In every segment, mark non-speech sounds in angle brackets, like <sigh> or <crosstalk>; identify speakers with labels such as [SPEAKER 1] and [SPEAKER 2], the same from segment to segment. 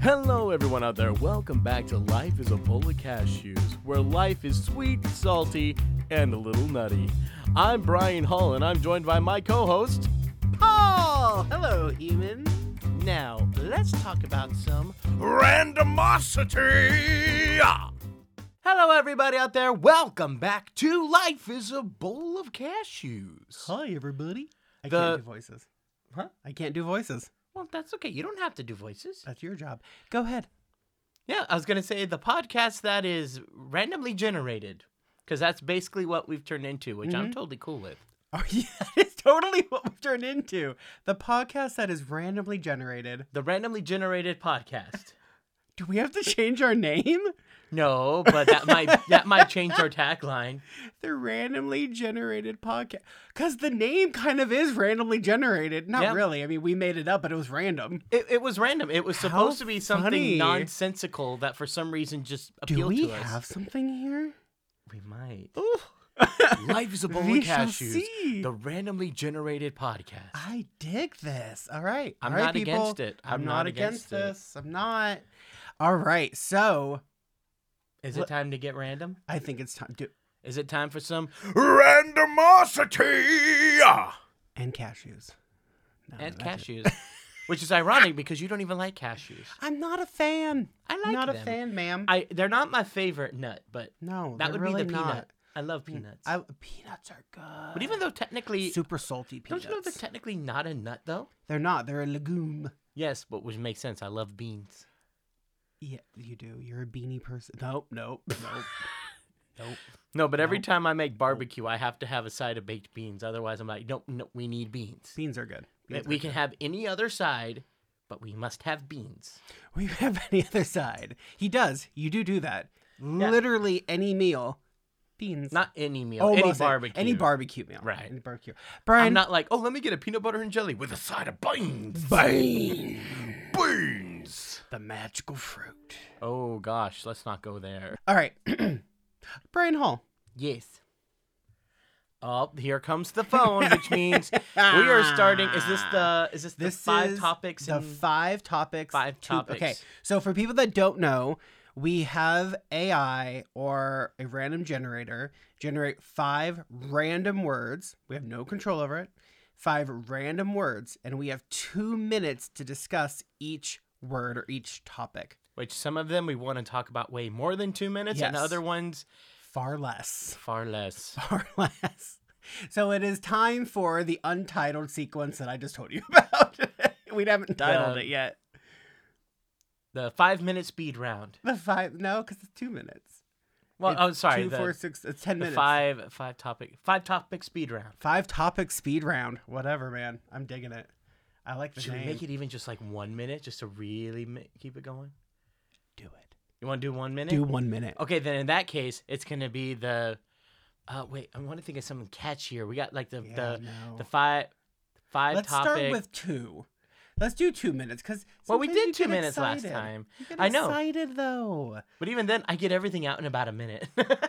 [SPEAKER 1] Hello, everyone out there. Welcome back to Life is a Bowl of Cashews, where life is sweet, salty, and a little nutty. I'm Brian Hall, and I'm joined by my co host.
[SPEAKER 2] Paul! Hello, human. Now, let's talk about some.
[SPEAKER 1] Randomosity!
[SPEAKER 2] Hello, everybody out there. Welcome back to Life is a Bowl of Cashews.
[SPEAKER 3] Hi, everybody. I
[SPEAKER 1] The-
[SPEAKER 3] can't do voices.
[SPEAKER 2] Huh?
[SPEAKER 3] I can't do voices.
[SPEAKER 2] Well, that's okay. You don't have to do voices.
[SPEAKER 3] That's your job. Go ahead. <laughs>
[SPEAKER 2] Yeah, I was going to say the podcast that is randomly generated, because that's basically what we've turned into, which
[SPEAKER 3] Mm-hmm.
[SPEAKER 2] I'm totally cool with.
[SPEAKER 3] Oh, yeah, it's totally what we've turned into. The podcast that is randomly generated.
[SPEAKER 2] The randomly generated podcast.
[SPEAKER 3] Do we have to change our name? <laughs>
[SPEAKER 2] No, but that might that might change our tagline.
[SPEAKER 3] The randomly generated podcast. Because the name kind of is randomly generated. Not
[SPEAKER 2] Yeah.
[SPEAKER 3] really. I mean, we made it up, but it was random.
[SPEAKER 2] It, it was random. It was supposed to be something
[SPEAKER 3] funny.
[SPEAKER 2] nonsensical that for some reason just
[SPEAKER 3] Do
[SPEAKER 2] appealed
[SPEAKER 3] we
[SPEAKER 2] to us.
[SPEAKER 3] have something here?
[SPEAKER 2] We might.
[SPEAKER 3] <laughs> Ooh.
[SPEAKER 1] Life is a Bowl
[SPEAKER 3] We
[SPEAKER 1] of
[SPEAKER 3] shall
[SPEAKER 1] Cashews,
[SPEAKER 3] see. Ah,
[SPEAKER 1] the randomly generated podcast.
[SPEAKER 3] I dig this. All right.
[SPEAKER 2] I'm
[SPEAKER 3] All right,
[SPEAKER 2] not
[SPEAKER 3] people.
[SPEAKER 2] against it.
[SPEAKER 3] I'm,
[SPEAKER 2] I'm
[SPEAKER 3] not,
[SPEAKER 2] not
[SPEAKER 3] against,
[SPEAKER 2] against it.
[SPEAKER 3] this. I'm not. All right. So
[SPEAKER 2] Is it time to get random?
[SPEAKER 3] I think it's time to.
[SPEAKER 2] Is it time for some
[SPEAKER 1] Randomosity!
[SPEAKER 3] And cashews. No,
[SPEAKER 2] and
[SPEAKER 3] that's it.
[SPEAKER 2] cashews? Which is ironic because you don't even like cashews.
[SPEAKER 3] I'm not a fan.
[SPEAKER 2] I like
[SPEAKER 3] Not
[SPEAKER 2] them.
[SPEAKER 3] a fan, ma'am.
[SPEAKER 2] I they're not my favorite nut, but
[SPEAKER 3] no,
[SPEAKER 2] that would
[SPEAKER 3] they're really
[SPEAKER 2] be the peanut.
[SPEAKER 3] Not.
[SPEAKER 2] I love peanuts.
[SPEAKER 3] I, peanuts are good.
[SPEAKER 2] but even though technically,
[SPEAKER 3] super salty
[SPEAKER 2] don't
[SPEAKER 3] peanuts,
[SPEAKER 2] you know they're technically not a nut though?
[SPEAKER 3] they're not. They're a legume.
[SPEAKER 2] Yes, but which makes sense. I love beans.
[SPEAKER 3] Yeah, you do. You're a beanie person. Nope, nope,
[SPEAKER 2] <laughs>
[SPEAKER 3] nope.
[SPEAKER 2] Nope. No, but every time I
[SPEAKER 3] Oh.
[SPEAKER 2] make barbecue, I have to have a side of baked beans. Otherwise, I'm like, no, no, we need beans.
[SPEAKER 3] Beans are good. Beans
[SPEAKER 2] we
[SPEAKER 3] are
[SPEAKER 2] can have any other side, but we must have beans.
[SPEAKER 3] good. We <laughs> have any other side. He does. You do do that. Literally any meal, beans.
[SPEAKER 2] Not any meal, any
[SPEAKER 3] Almost a-
[SPEAKER 2] barbecue.
[SPEAKER 3] Any barbecue meal.
[SPEAKER 2] Right.
[SPEAKER 3] Any barbecue.
[SPEAKER 2] I'm
[SPEAKER 3] Brian.
[SPEAKER 2] not like, oh, let me get a peanut butter and jelly with a side of beans.
[SPEAKER 3] Bean.
[SPEAKER 1] Beans!
[SPEAKER 3] The magical fruit.
[SPEAKER 2] Oh gosh, let's not go there.
[SPEAKER 3] All right. <clears throat> Brian Hall.
[SPEAKER 2] Yes. Oh, here comes the phone, which
[SPEAKER 3] <laughs>
[SPEAKER 2] means we are starting. Is this the? Is this the
[SPEAKER 3] This
[SPEAKER 2] five
[SPEAKER 3] is
[SPEAKER 2] topics?
[SPEAKER 3] The
[SPEAKER 2] in-
[SPEAKER 3] five topics.
[SPEAKER 2] Five
[SPEAKER 3] Okay,
[SPEAKER 2] topics.
[SPEAKER 3] so for people that don't know, we have AI or a random generator generate five random words. We have no control over it. Five random words, and we have two minutes to discuss each word or each topic.
[SPEAKER 2] which some of them we want to talk about way more than two minutes, and
[SPEAKER 3] Yes.
[SPEAKER 2] other ones
[SPEAKER 3] Far less. <laughs>
[SPEAKER 2] far less.
[SPEAKER 3] Far less. So it is time for the untitled sequence that I just told you <laughs> about. we haven't titled
[SPEAKER 2] The-
[SPEAKER 3] it yet.
[SPEAKER 2] The five-minute speed round.
[SPEAKER 3] The five no, because it's two minutes.
[SPEAKER 2] Well,
[SPEAKER 3] It's
[SPEAKER 2] oh, sorry.
[SPEAKER 3] Two,
[SPEAKER 2] the-
[SPEAKER 3] four, six. It's ten
[SPEAKER 2] the
[SPEAKER 3] minutes.
[SPEAKER 2] five five topic five topic speed round.
[SPEAKER 3] Five topic speed round. Whatever, man. I'm digging it. I like the
[SPEAKER 2] Should we
[SPEAKER 3] name.
[SPEAKER 2] make it even just like one minute, just to really ma- keep it going?
[SPEAKER 3] do it.
[SPEAKER 2] You want to do one minute?
[SPEAKER 3] Do one minute.
[SPEAKER 2] Okay, then in that case, it's gonna be the. Uh, wait, I want to think of something catchier. We got like the
[SPEAKER 3] Yeah,
[SPEAKER 2] the
[SPEAKER 3] no.
[SPEAKER 2] the five five
[SPEAKER 3] Let's
[SPEAKER 2] topic.
[SPEAKER 3] start with two. Let's do two minutes because
[SPEAKER 2] well, we did two minutes last time, I know.
[SPEAKER 3] Excited though.
[SPEAKER 2] but even then, I get everything out in about a minute. <laughs>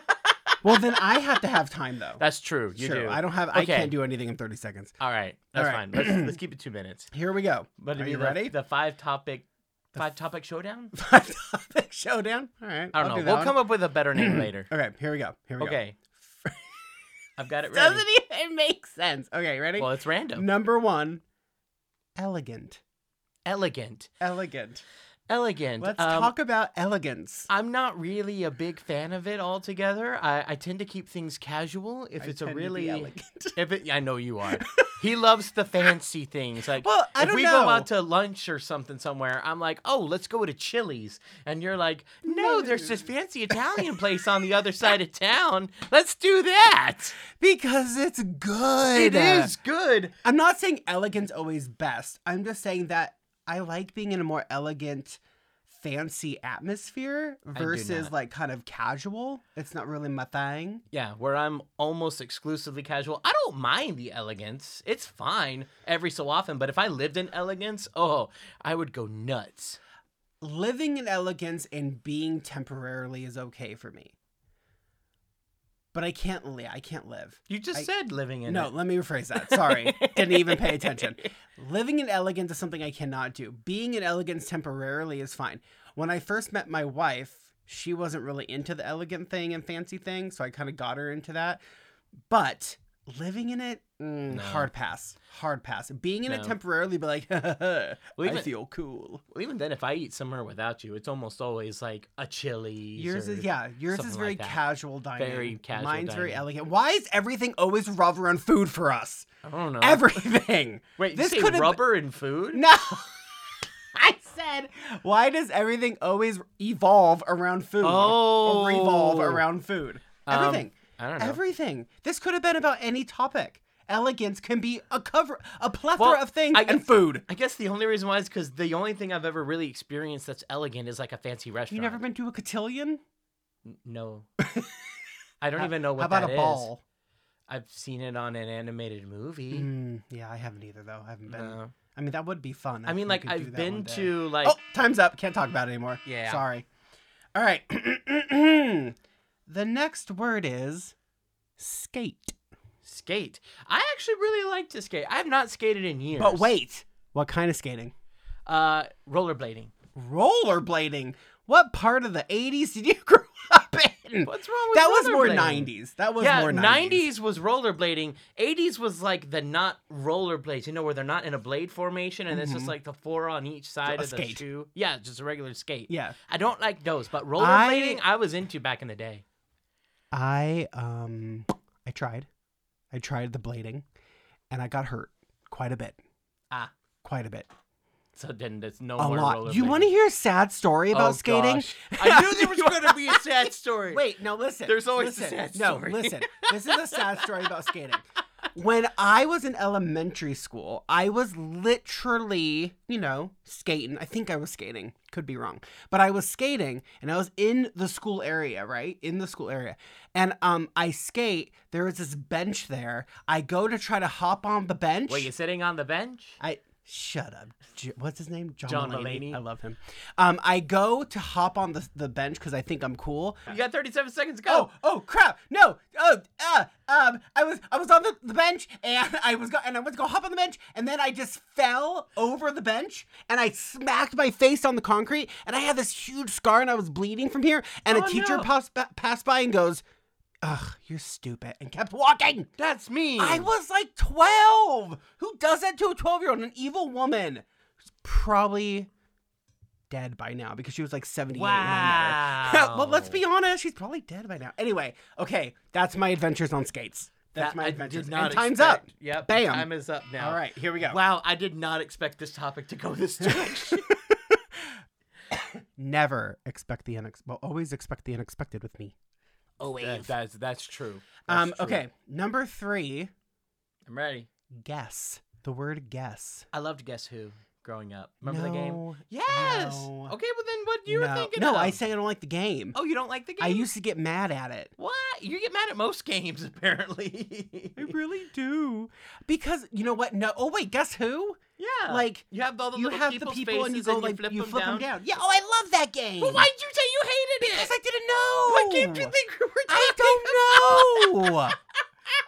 [SPEAKER 3] Well, then I have to have time though.
[SPEAKER 2] That's true. You
[SPEAKER 3] Sure,
[SPEAKER 2] do.
[SPEAKER 3] I don't have. I
[SPEAKER 2] Okay.
[SPEAKER 3] can't do anything in thirty seconds.
[SPEAKER 2] All right, that's
[SPEAKER 3] All
[SPEAKER 2] fine.
[SPEAKER 3] right.
[SPEAKER 2] Let's,
[SPEAKER 3] <clears throat>
[SPEAKER 2] let's keep it two minutes.
[SPEAKER 3] Here we go.
[SPEAKER 2] But it'd
[SPEAKER 3] Are
[SPEAKER 2] be
[SPEAKER 3] you
[SPEAKER 2] the,
[SPEAKER 3] ready?
[SPEAKER 2] The five topic five topic showdown.
[SPEAKER 3] <laughs> Five topic showdown. All right.
[SPEAKER 2] I don't
[SPEAKER 3] I'll
[SPEAKER 2] know.
[SPEAKER 3] Do
[SPEAKER 2] We'll come up with a better
[SPEAKER 3] <clears throat>
[SPEAKER 2] name later.
[SPEAKER 3] Okay. Here we go. Here we go. <laughs>
[SPEAKER 2] Okay. I've got it ready.
[SPEAKER 3] Doesn't even make sense. Okay. Ready?
[SPEAKER 2] Well, it's random.
[SPEAKER 3] Number one, elegant.
[SPEAKER 2] Elegant.
[SPEAKER 3] Elegant.
[SPEAKER 2] Elegant.
[SPEAKER 3] Let's
[SPEAKER 2] Um,
[SPEAKER 3] talk about elegance.
[SPEAKER 2] I'm not really a big fan of it altogether. I, I tend to keep things casual. If
[SPEAKER 3] I
[SPEAKER 2] it's a
[SPEAKER 3] tend to be
[SPEAKER 2] really,
[SPEAKER 3] elegant.
[SPEAKER 2] if it, I know you
[SPEAKER 3] <laughs>
[SPEAKER 2] are. he loves the fancy things. Like,
[SPEAKER 3] Well, I
[SPEAKER 2] if
[SPEAKER 3] don't
[SPEAKER 2] we go
[SPEAKER 3] know.
[SPEAKER 2] out to lunch or something somewhere, I'm like, oh, let's go to Chili's, and you're like, no, there's this fancy Italian place on the other side of town. <laughs> Let's do that.
[SPEAKER 3] because it's
[SPEAKER 2] It
[SPEAKER 3] good.
[SPEAKER 2] is good.
[SPEAKER 3] I'm not saying elegant's always best. I'm just saying that I like being in a more elegant, fancy atmosphere
[SPEAKER 2] do
[SPEAKER 3] versus
[SPEAKER 2] not.
[SPEAKER 3] like kind of casual. It's not really my thing.
[SPEAKER 2] Yeah, where I'm almost exclusively casual. I don't mind the elegance. It's fine every so often, but if I lived in elegance, oh, I would go nuts.
[SPEAKER 3] Living in elegance and being temporarily is okay for me. but I can't li- I can't live.
[SPEAKER 2] You just
[SPEAKER 3] I-
[SPEAKER 2] said living in
[SPEAKER 3] no,
[SPEAKER 2] it.
[SPEAKER 3] let me rephrase that.
[SPEAKER 2] <laughs>
[SPEAKER 3] Sorry. <laughs> Didn't even pay attention. Living in elegance is something I cannot do. Being in elegance temporarily is fine. When I first met my wife, she wasn't really into the elegant thing and fancy thing, so I kind of got her into that. But living in it, mm,
[SPEAKER 2] No.
[SPEAKER 3] hard pass. Hard pass. Being in it
[SPEAKER 2] No.
[SPEAKER 3] temporarily, be like, <laughs>
[SPEAKER 2] Well,
[SPEAKER 3] I
[SPEAKER 2] even-
[SPEAKER 3] feel cool.
[SPEAKER 2] Well, even then, if I eat somewhere without you, it's almost always like a chili.
[SPEAKER 3] Yours is yeah. Yours is
[SPEAKER 2] something
[SPEAKER 3] very
[SPEAKER 2] like that.
[SPEAKER 3] casual dining.
[SPEAKER 2] Very casual
[SPEAKER 3] Mine's very
[SPEAKER 2] dining.
[SPEAKER 3] elegant. Why is everything always revolve around food for us?
[SPEAKER 2] I don't know.
[SPEAKER 3] Everything.
[SPEAKER 2] Wait,
[SPEAKER 3] this
[SPEAKER 2] you
[SPEAKER 3] could
[SPEAKER 2] say
[SPEAKER 3] have-
[SPEAKER 2] rubber and food?
[SPEAKER 3] No. <laughs> I said, why does everything always evolve around food?
[SPEAKER 2] Oh.
[SPEAKER 3] Or revolve around food.
[SPEAKER 2] Um,
[SPEAKER 3] Everything.
[SPEAKER 2] I don't know.
[SPEAKER 3] Everything. This could have been about any topic. Elegance can be a cover, a plethora
[SPEAKER 2] Well,
[SPEAKER 3] of things
[SPEAKER 2] I
[SPEAKER 3] and
[SPEAKER 2] guess-
[SPEAKER 3] food.
[SPEAKER 2] I guess the only reason why is because the only thing I've ever really experienced that's elegant is like a fancy restaurant.
[SPEAKER 3] You never been to a cotillion?
[SPEAKER 2] N-
[SPEAKER 3] <laughs>
[SPEAKER 2] No. I don't even know what
[SPEAKER 3] How about
[SPEAKER 2] that
[SPEAKER 3] a
[SPEAKER 2] is.
[SPEAKER 3] ball?
[SPEAKER 2] I've seen it on an animated movie.
[SPEAKER 3] Mm, yeah, I haven't either though. I haven't been.
[SPEAKER 2] No.
[SPEAKER 3] I mean, that would be fun.
[SPEAKER 2] I mean, like I've been to like
[SPEAKER 3] oh, time's up. Can't talk about it anymore.
[SPEAKER 2] Yeah.
[SPEAKER 3] Sorry. All right. <clears throat> the next word is skate.
[SPEAKER 2] skate. I actually really like to skate. I've not skated in years.
[SPEAKER 3] But wait, what kind of skating?
[SPEAKER 2] uh, rollerblading.
[SPEAKER 3] Rollerblading. What part of the 80s did you <laughs> grow up in?
[SPEAKER 2] What's wrong with
[SPEAKER 3] That was more
[SPEAKER 2] rollerblading?
[SPEAKER 3] 90s. That was
[SPEAKER 2] yeah,
[SPEAKER 3] more 90s.
[SPEAKER 2] 90s. was rollerblading. 80s was like the not rollerblades, you know, where they're not in a blade formation and it's just like the four on each side
[SPEAKER 3] Mm-hmm. A
[SPEAKER 2] of the
[SPEAKER 3] skate.
[SPEAKER 2] shoe. Yeah, just a regular skate.
[SPEAKER 3] Yeah.
[SPEAKER 2] I don't like those, but rollerblading I, was into back in the day.
[SPEAKER 3] I um I tried. I tried the blading and I got hurt quite a bit.
[SPEAKER 2] Ah.
[SPEAKER 3] Quite a bit.
[SPEAKER 2] So then there's no
[SPEAKER 3] A
[SPEAKER 2] more
[SPEAKER 3] lot.
[SPEAKER 2] rollerblading.
[SPEAKER 3] You want to hear a sad story about
[SPEAKER 2] Oh,
[SPEAKER 3] skating? <laughs>
[SPEAKER 2] gosh. I knew there was going to be a sad story.
[SPEAKER 3] Wait, no, listen.
[SPEAKER 2] There's always a
[SPEAKER 3] listen.
[SPEAKER 2] sad story. <laughs>
[SPEAKER 3] No, listen. This is a sad story about skating. When I was in elementary school, I was literally, you know, skating. I think I was skating. Could be wrong. But I was skating and I was in the school area, right? In the school area. And um I skate. There was this bench there. I go to try to hop on the bench.
[SPEAKER 2] Were you sitting on the bench?
[SPEAKER 3] I shut up. J- What's his name? John,
[SPEAKER 2] John
[SPEAKER 3] Mulaney.
[SPEAKER 2] Mulaney.
[SPEAKER 3] I love him. Um, I go to hop on the, the bench because I think I'm cool.
[SPEAKER 2] You got 37 seconds to
[SPEAKER 3] Oh,
[SPEAKER 2] go.
[SPEAKER 3] oh crap! No, oh, uh, um, I was, I was on the, the bench and <laughs> I was, go- and I went to go hop on the bench and then I just fell over the bench and I smacked my face on the concrete and I had this huge scar and I was bleeding from here and
[SPEAKER 2] Oh,
[SPEAKER 3] a teacher
[SPEAKER 2] no.
[SPEAKER 3] passed, ba- passed by and goes, "Ugh, you're stupid," and kept walking.
[SPEAKER 2] That's me.
[SPEAKER 3] I was like 12. Who does that to a 12 year old? An evil woman who's probably dead by now because she was like 78. when I met her. <laughs> well, let's be honest. She's probably dead by now. Anyway, okay. That's my adventures on skates. That's
[SPEAKER 2] That
[SPEAKER 3] my
[SPEAKER 2] I
[SPEAKER 3] adventures.
[SPEAKER 2] did not
[SPEAKER 3] and time's
[SPEAKER 2] expect.
[SPEAKER 3] up.
[SPEAKER 2] Yep.
[SPEAKER 3] Bam.
[SPEAKER 2] Time is up now.
[SPEAKER 3] All right, here we go.
[SPEAKER 2] Wow, I did not expect this topic to go <laughs> this direction.
[SPEAKER 3] Never expect the unex. Well, always expect the unexpected with me.
[SPEAKER 2] Always. that's that's true.
[SPEAKER 3] um. Okay. Number three.
[SPEAKER 2] I'm ready.
[SPEAKER 3] Guess the word guess.
[SPEAKER 2] I loved Guess Who growing up. Remember the game?
[SPEAKER 3] No,
[SPEAKER 2] Yes.
[SPEAKER 3] no,
[SPEAKER 2] Okay, well then what you were
[SPEAKER 3] no.
[SPEAKER 2] thinking?
[SPEAKER 3] No,
[SPEAKER 2] of.
[SPEAKER 3] I say I don't like the game.
[SPEAKER 2] Oh, you don't like the game?
[SPEAKER 3] I used to get mad at it.
[SPEAKER 2] What? You get mad at most games <laughs> apparently.
[SPEAKER 3] I really do. Because you know what? No. Oh wait, guess who?
[SPEAKER 2] <laughs> yeah.
[SPEAKER 3] Like,
[SPEAKER 2] you have all the
[SPEAKER 3] you
[SPEAKER 2] little
[SPEAKER 3] have the
[SPEAKER 2] people's
[SPEAKER 3] people and you
[SPEAKER 2] faces
[SPEAKER 3] go like
[SPEAKER 2] flip
[SPEAKER 3] you
[SPEAKER 2] them
[SPEAKER 3] flip
[SPEAKER 2] down.
[SPEAKER 3] them down. Yeah. Oh, I love that game.
[SPEAKER 2] But why'd you say you hated it?
[SPEAKER 3] Because I didn't know.
[SPEAKER 2] What game do you think we were talking <laughs>
[SPEAKER 3] I don't know.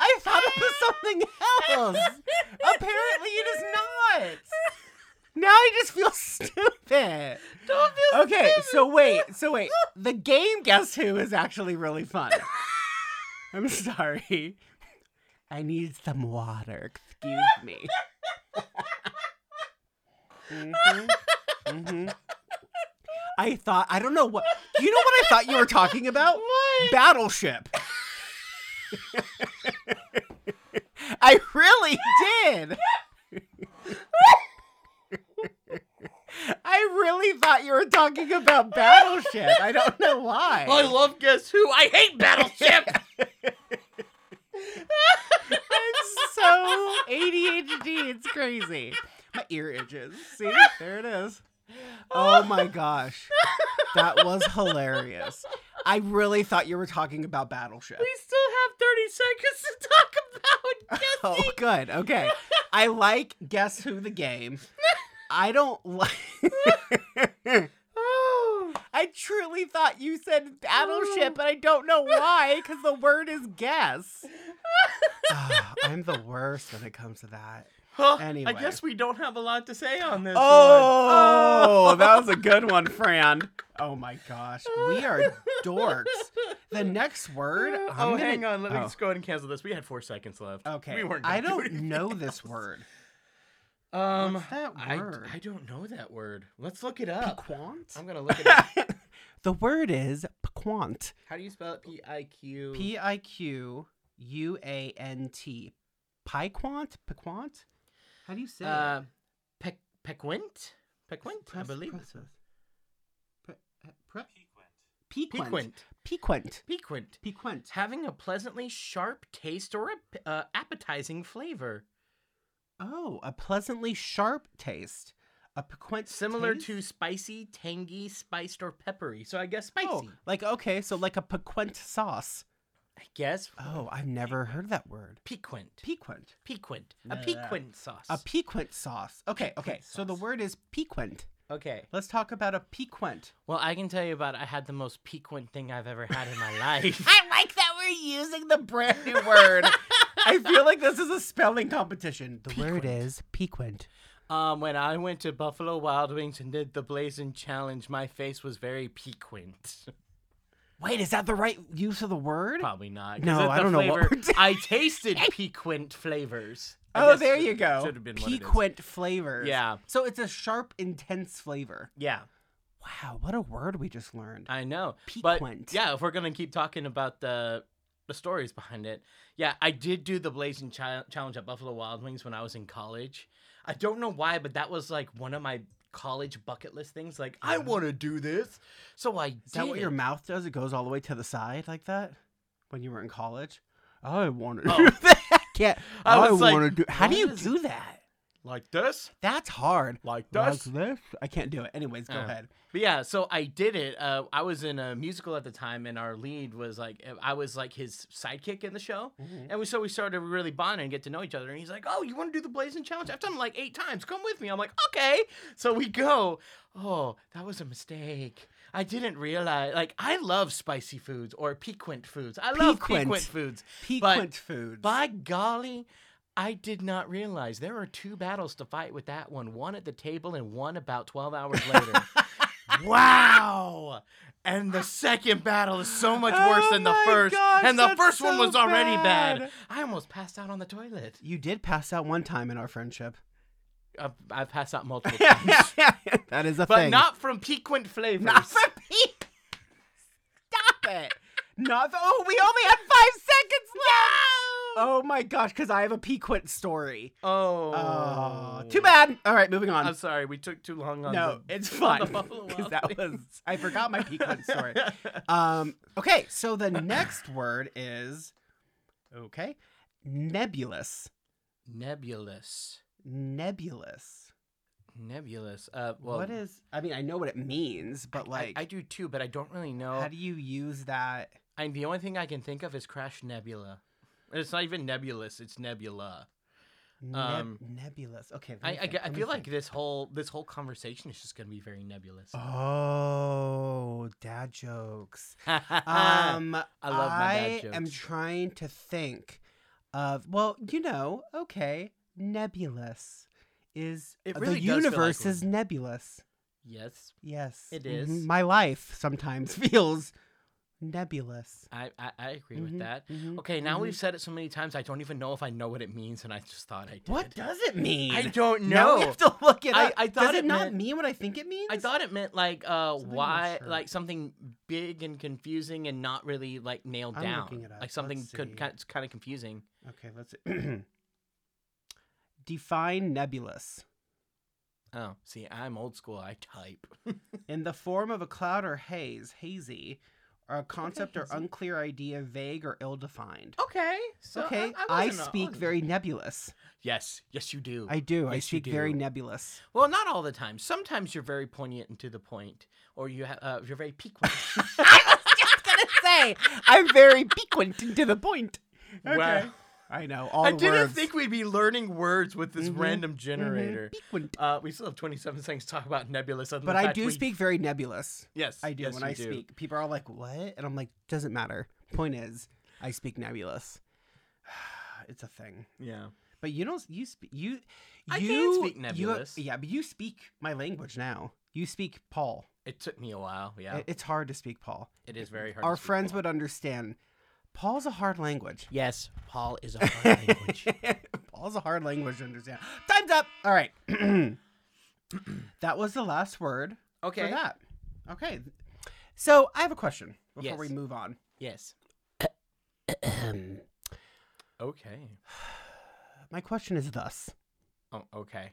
[SPEAKER 3] I thought it was something else.
[SPEAKER 2] <laughs>
[SPEAKER 3] Apparently, it is not. Now I just feel <laughs> stupid.
[SPEAKER 2] Don't feel
[SPEAKER 3] Okay, so wait, so wait. The game Guess Who is actually really fun. I'm sorry. I need some water. Excuse me. Mhm, mhm. I thought, I don't know what. Do you know what I thought you were talking about?
[SPEAKER 2] What?
[SPEAKER 3] Battleship. I really did. I really thought you were talking about Battleship. I don't know why.
[SPEAKER 2] I love Guess Who. I hate
[SPEAKER 3] <laughs>
[SPEAKER 2] Battleship.
[SPEAKER 3] so ADHD. It's crazy. My ear itches. See, there it is. Oh my gosh, that was hilarious. I really thought you were talking about Battleship.
[SPEAKER 2] we still have 30 seconds to talk about Guess <laughs>
[SPEAKER 3] <laughs> Oh, good. Okay, I like Guess
[SPEAKER 2] <laughs>
[SPEAKER 3] Who the game. I don't like.
[SPEAKER 2] Oh.
[SPEAKER 3] <laughs> I truly thought you said battleship, but I don't know why, because the word is guess.
[SPEAKER 2] <laughs>
[SPEAKER 3] Ah, I'm the worst when it comes to that.
[SPEAKER 2] Huh,
[SPEAKER 3] Anyway.
[SPEAKER 2] I guess we don't have a lot to say on this.
[SPEAKER 3] Oh,
[SPEAKER 2] <laughs>
[SPEAKER 3] that was a good one, Fran. Oh my gosh, we are dorks. The
[SPEAKER 2] <laughs>
[SPEAKER 3] next word.
[SPEAKER 2] one.
[SPEAKER 3] I'm
[SPEAKER 2] Oh,
[SPEAKER 3] gonna-
[SPEAKER 2] hang on. Let me
[SPEAKER 3] Oh,
[SPEAKER 2] just go ahead and cancel this. We had four seconds left.
[SPEAKER 3] Okay,
[SPEAKER 2] We weren't.
[SPEAKER 3] I
[SPEAKER 2] gonna do
[SPEAKER 3] don't
[SPEAKER 2] anything
[SPEAKER 3] know
[SPEAKER 2] else.
[SPEAKER 3] this word.
[SPEAKER 2] Um,
[SPEAKER 3] What's that
[SPEAKER 2] I-
[SPEAKER 3] word?
[SPEAKER 2] I, don't know that word. Let's look it up.
[SPEAKER 3] Pequant.
[SPEAKER 2] I'm gonna look it
[SPEAKER 3] <laughs>
[SPEAKER 2] up.
[SPEAKER 3] the word is pequant.
[SPEAKER 2] How do you spell it? P I Q.
[SPEAKER 3] P I Q U A N T. Piquant? Piquant? How do you say
[SPEAKER 2] Uh,
[SPEAKER 3] it?
[SPEAKER 2] pe- pequint. Pequint. I
[SPEAKER 3] Press-
[SPEAKER 2] believe.
[SPEAKER 3] press this. Pe- uh, pre-
[SPEAKER 2] Pequint.
[SPEAKER 3] Piquant.
[SPEAKER 2] Pequint.
[SPEAKER 3] Piquant.
[SPEAKER 2] Pequint.
[SPEAKER 3] Piquant.
[SPEAKER 2] Having a pleasantly sharp taste or a, uh, appetizing flavor,
[SPEAKER 3] Oh, a pleasantly sharp taste. A piquant
[SPEAKER 2] similar
[SPEAKER 3] taste?
[SPEAKER 2] to spicy, tangy, spiced, or peppery. So I guess spicy.
[SPEAKER 3] Oh, like okay, so like a piquant sauce.
[SPEAKER 2] I guess
[SPEAKER 3] Oh, I've never heard that word.
[SPEAKER 2] piquant.
[SPEAKER 3] Piquant.
[SPEAKER 2] Piquant.
[SPEAKER 3] Nah.
[SPEAKER 2] A piquant sauce.
[SPEAKER 3] A piquant sauce. Okay, okay.
[SPEAKER 2] Piquant
[SPEAKER 3] So the
[SPEAKER 2] sauce.
[SPEAKER 3] word is piquant.
[SPEAKER 2] okay.
[SPEAKER 3] Let's talk about a piquant.
[SPEAKER 2] Well, I can tell you about. I had the most piquant thing I've ever had in
[SPEAKER 3] <laughs>
[SPEAKER 2] my life.
[SPEAKER 3] I like that we're using the brand new word.
[SPEAKER 2] <laughs>
[SPEAKER 3] I feel like this is a spelling competition. The word is piquant.
[SPEAKER 2] Um, when I went to Buffalo Wild Wings and did the Blazing Challenge, my face was very piquant.
[SPEAKER 3] Wait, is that the right use of the word?
[SPEAKER 2] Probably not. 'cause
[SPEAKER 3] No,
[SPEAKER 2] of
[SPEAKER 3] I
[SPEAKER 2] the
[SPEAKER 3] don't know what
[SPEAKER 2] flavor-
[SPEAKER 3] we're doing. <laughs>
[SPEAKER 2] I tasted piquant flavors. I
[SPEAKER 3] Oh,
[SPEAKER 2] guess
[SPEAKER 3] there
[SPEAKER 2] it
[SPEAKER 3] you go.
[SPEAKER 2] Should have been what it is.
[SPEAKER 3] piquant flavors.
[SPEAKER 2] Yeah.
[SPEAKER 3] So it's a sharp, intense flavor.
[SPEAKER 2] Yeah,
[SPEAKER 3] Wow, what a word we just learned.
[SPEAKER 2] I know.
[SPEAKER 3] Piquant.
[SPEAKER 2] But yeah, if we're gonna keep talking about the the stories behind it, yeah, I did do the Blazing Chi- Challenge at Buffalo Wild Wings when I was in college. I don't know why, but that was like one of my college bucket list things. Like, I want to do this, so I
[SPEAKER 3] Is that
[SPEAKER 2] did
[SPEAKER 3] what
[SPEAKER 2] it.
[SPEAKER 3] your mouth does? It goes all the way to the side like that when you were in college? I want to
[SPEAKER 2] Oh.
[SPEAKER 3] do <laughs> that. Can't,
[SPEAKER 2] <laughs> I
[SPEAKER 3] I,
[SPEAKER 2] was like,
[SPEAKER 3] want to do How do
[SPEAKER 2] what
[SPEAKER 3] you
[SPEAKER 2] is-
[SPEAKER 3] do that?
[SPEAKER 2] like this,
[SPEAKER 3] That's hard.
[SPEAKER 2] like
[SPEAKER 3] Like
[SPEAKER 2] this.
[SPEAKER 3] this? Oh. I can't do it. Anyways, go
[SPEAKER 2] Uh,
[SPEAKER 3] ahead.
[SPEAKER 2] But yeah, so I did it. Uh, I was in a musical at the time, and our lead was like, I was like his sidekick in the show,
[SPEAKER 3] Mm-hmm.
[SPEAKER 2] and we so we started really bonding and get to know each other. And he's like, "Oh, you want to do the Blazing Challenge? I've done it like eight times. Come with me." I'm like, "Okay." So we go. Oh, that was a mistake. I didn't realize. Like, I love spicy foods or piquant foods. I love
[SPEAKER 3] Piquant.
[SPEAKER 2] piquant foods.
[SPEAKER 3] Piquant foods.
[SPEAKER 2] By golly, I did not realize there are two battles to fight with that one one at the table and one about 12 hours later.
[SPEAKER 3] <laughs>
[SPEAKER 2] wow! And the second battle is so much worse
[SPEAKER 3] Oh
[SPEAKER 2] than the
[SPEAKER 3] my
[SPEAKER 2] first.
[SPEAKER 3] gosh,
[SPEAKER 2] and the
[SPEAKER 3] that's
[SPEAKER 2] first one
[SPEAKER 3] so
[SPEAKER 2] was already bad.
[SPEAKER 3] bad.
[SPEAKER 2] I almost passed out on the toilet.
[SPEAKER 3] You did pass out one time in our <laughs> friendship.
[SPEAKER 2] I've, I've passed out
[SPEAKER 3] <laughs>
[SPEAKER 2] multiple times.
[SPEAKER 3] that is a
[SPEAKER 2] But
[SPEAKER 3] thing.
[SPEAKER 2] not from piquant flavors.
[SPEAKER 3] Not for me. Stop it. Not for, oh, we only had five seconds left. Oh my gosh, because I have a piquant story.
[SPEAKER 2] <laughs> oh.
[SPEAKER 3] Oh, too bad. All right, moving on.
[SPEAKER 2] I'm sorry, we took too long on
[SPEAKER 3] no,
[SPEAKER 2] the-
[SPEAKER 3] it's
[SPEAKER 2] on
[SPEAKER 3] fun.
[SPEAKER 2] the Buffalo
[SPEAKER 3] <laughs> 'cause
[SPEAKER 2] Wild
[SPEAKER 3] that was I forgot my piquant <laughs> story. Um. Okay, so the next word is okay, nebulous.
[SPEAKER 2] <laughs> Nebulous.
[SPEAKER 3] Nebulous.
[SPEAKER 2] Nebulous. Uh, well,
[SPEAKER 3] what is? I mean, I know what it means, but
[SPEAKER 2] I-
[SPEAKER 3] like,
[SPEAKER 2] I, do too, but I don't really know.
[SPEAKER 3] how do you use that?
[SPEAKER 2] and the only thing I can think of is Crash Nebula. And It's not even nebulous; it's nebula.
[SPEAKER 3] Neb-
[SPEAKER 2] Um,
[SPEAKER 3] nebulous. Okay. let
[SPEAKER 2] I,
[SPEAKER 3] me
[SPEAKER 2] I,
[SPEAKER 3] think,
[SPEAKER 2] ge- I
[SPEAKER 3] let me
[SPEAKER 2] feel
[SPEAKER 3] think.
[SPEAKER 2] like this whole this whole conversation is just gonna be very nebulous.
[SPEAKER 3] Oh, dad jokes.
[SPEAKER 2] um,
[SPEAKER 3] Um,
[SPEAKER 2] <laughs> I love my dad
[SPEAKER 3] I am
[SPEAKER 2] jokes.
[SPEAKER 3] trying to think of well, you know, okay, nebulous is
[SPEAKER 2] It
[SPEAKER 3] uh,
[SPEAKER 2] really
[SPEAKER 3] the
[SPEAKER 2] does feel like
[SPEAKER 3] universe
[SPEAKER 2] one.
[SPEAKER 3] is nebulous.
[SPEAKER 2] yes,
[SPEAKER 3] Yes,
[SPEAKER 2] It
[SPEAKER 3] mhm.
[SPEAKER 2] is.
[SPEAKER 3] My life sometimes <laughs> feels nebulous.
[SPEAKER 2] I I, I agree
[SPEAKER 3] Mhm,
[SPEAKER 2] with that.
[SPEAKER 3] mhm,
[SPEAKER 2] Okay, now
[SPEAKER 3] mhm.
[SPEAKER 2] we've said it so many times, I don't even know if I know what it means, and I just thought I did.
[SPEAKER 3] What does it mean?
[SPEAKER 2] <laughs> I don't
[SPEAKER 3] Now
[SPEAKER 2] know.
[SPEAKER 3] we have to look it
[SPEAKER 2] I-
[SPEAKER 3] up.
[SPEAKER 2] I
[SPEAKER 3] does
[SPEAKER 2] thought
[SPEAKER 3] it,
[SPEAKER 2] it
[SPEAKER 3] not
[SPEAKER 2] meant-
[SPEAKER 3] mean what I think it means?
[SPEAKER 2] I thought it meant like uh
[SPEAKER 3] Something about
[SPEAKER 2] why
[SPEAKER 3] shirt.
[SPEAKER 2] like something big and confusing and not really like nailed
[SPEAKER 3] I'm
[SPEAKER 2] down.
[SPEAKER 3] looking it up.
[SPEAKER 2] Like something
[SPEAKER 3] Let's see.
[SPEAKER 2] could kind of, kind of confusing.
[SPEAKER 3] Okay, let's <clears throat> define nebulous.
[SPEAKER 2] Oh, see, I'm old school. I type.
[SPEAKER 3] In the form of a cloud or haze, hazy, or a concept or
[SPEAKER 2] hazy.
[SPEAKER 3] unclear idea, vague or ill defined.
[SPEAKER 2] Okay. So
[SPEAKER 3] okay, I, speak very nebulous.
[SPEAKER 2] Yes, yes, you do.
[SPEAKER 3] I do. I
[SPEAKER 2] Yes, you
[SPEAKER 3] speak very
[SPEAKER 2] do.
[SPEAKER 3] <laughs> nebulous.
[SPEAKER 2] Well, not all the time. Sometimes you're very poignant and to the point, or you ha- uh, you're very piquant.
[SPEAKER 3] <laughs>
[SPEAKER 2] <laughs>
[SPEAKER 3] I was just gonna say I'm very piquant and to the point.
[SPEAKER 2] Wow.
[SPEAKER 3] I know all
[SPEAKER 2] I
[SPEAKER 3] the
[SPEAKER 2] didn't
[SPEAKER 3] words.
[SPEAKER 2] think we'd be learning words with this
[SPEAKER 3] Mhm.
[SPEAKER 2] random
[SPEAKER 3] Mhm.
[SPEAKER 2] generator.
[SPEAKER 3] Beak went-
[SPEAKER 2] Uh, we still have 27 things to talk about Nebula. Suddenly,
[SPEAKER 3] But I do speak very nebulous.
[SPEAKER 2] Yes,
[SPEAKER 3] I do
[SPEAKER 2] yes,
[SPEAKER 3] when
[SPEAKER 2] you
[SPEAKER 3] I
[SPEAKER 2] do.
[SPEAKER 3] speak. People are like, "What?" And I'm like, "Doesn't matter." Point is, I speak nebulous. <sighs> it's a thing.
[SPEAKER 2] Yeah.
[SPEAKER 3] But you don't. You speak. You.
[SPEAKER 2] I can
[SPEAKER 3] you,
[SPEAKER 2] speak
[SPEAKER 3] you-
[SPEAKER 2] nebulous.
[SPEAKER 3] yeah, but you speak my language now. You speak Paul.
[SPEAKER 2] It took me a while. Yeah,
[SPEAKER 3] I- It's hard to speak Paul.
[SPEAKER 2] it is very hard.
[SPEAKER 3] Our friends would understand. Paul's a hard language.
[SPEAKER 2] Yes, Paul is
[SPEAKER 3] <laughs>
[SPEAKER 2] a hard language.
[SPEAKER 3] Paul's a hard language to understand. Time's up. All right. <clears throat> that was the last word
[SPEAKER 2] Okay.
[SPEAKER 3] for that. Okay. So I have a question before
[SPEAKER 2] Yes.
[SPEAKER 3] we move on.
[SPEAKER 2] Yes. Okay.
[SPEAKER 3] My question is thus
[SPEAKER 2] Oh, okay.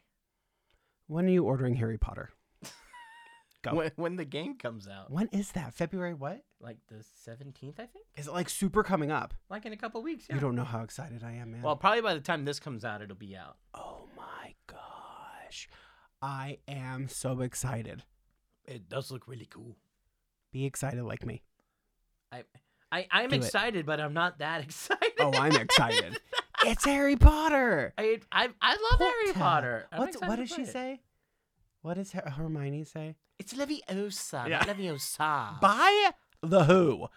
[SPEAKER 3] When are you ordering Harry Potter? Go.
[SPEAKER 2] When, when the game comes out,
[SPEAKER 3] When is that? February what?
[SPEAKER 2] like the 17th, I think,
[SPEAKER 3] Is it like super coming up?
[SPEAKER 2] like in a couple weeks. Yeah.
[SPEAKER 3] You don't know how excited I am, man.
[SPEAKER 2] Well, probably by the time this comes out, it'll be out.
[SPEAKER 3] oh my gosh. I am so excited.
[SPEAKER 2] It does look really cool.
[SPEAKER 3] Be excited like me.
[SPEAKER 2] I, I, I'm
[SPEAKER 3] Do it.
[SPEAKER 2] excited, but I'm not that <laughs> excited.
[SPEAKER 3] Oh, I'm excited. it's Harry Potter.
[SPEAKER 2] <laughs> I, I, I love Harry Potter.
[SPEAKER 3] Potter.
[SPEAKER 2] I'm
[SPEAKER 3] What's,
[SPEAKER 2] excited
[SPEAKER 3] what
[SPEAKER 2] to
[SPEAKER 3] does she
[SPEAKER 2] play it.
[SPEAKER 3] say? What does Her- Hermione say?
[SPEAKER 2] It's Leviosa.
[SPEAKER 1] Yeah.
[SPEAKER 2] not Leviosa.
[SPEAKER 3] By the Who.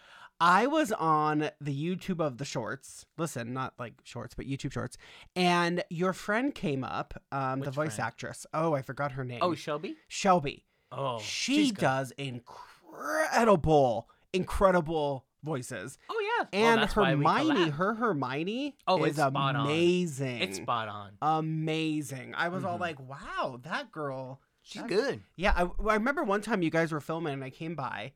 [SPEAKER 3] I was on the YouTube of the shorts. Listen, not like shorts, but YouTube shorts. And your friend came up, um, the
[SPEAKER 2] Which
[SPEAKER 3] voice
[SPEAKER 2] friend?
[SPEAKER 3] actress. Oh, I forgot her name.
[SPEAKER 2] oh, Shelby.
[SPEAKER 3] Shelby.
[SPEAKER 2] Oh,
[SPEAKER 3] she
[SPEAKER 2] she's good.
[SPEAKER 3] does incredible, incredible voices.
[SPEAKER 2] Oh yeah. Well,
[SPEAKER 3] And
[SPEAKER 2] that's why we
[SPEAKER 3] Hermione,
[SPEAKER 2] collab.
[SPEAKER 3] her Hermione
[SPEAKER 2] Oh,
[SPEAKER 3] is
[SPEAKER 2] it's spot on.
[SPEAKER 3] amazing.
[SPEAKER 2] It's spot on.
[SPEAKER 3] amazing. I was all
[SPEAKER 2] Mhm.
[SPEAKER 3] like, wow, that girl.
[SPEAKER 2] She's
[SPEAKER 3] That's-
[SPEAKER 2] good.
[SPEAKER 3] Yeah, I, well, I remember one time you guys were filming and I came by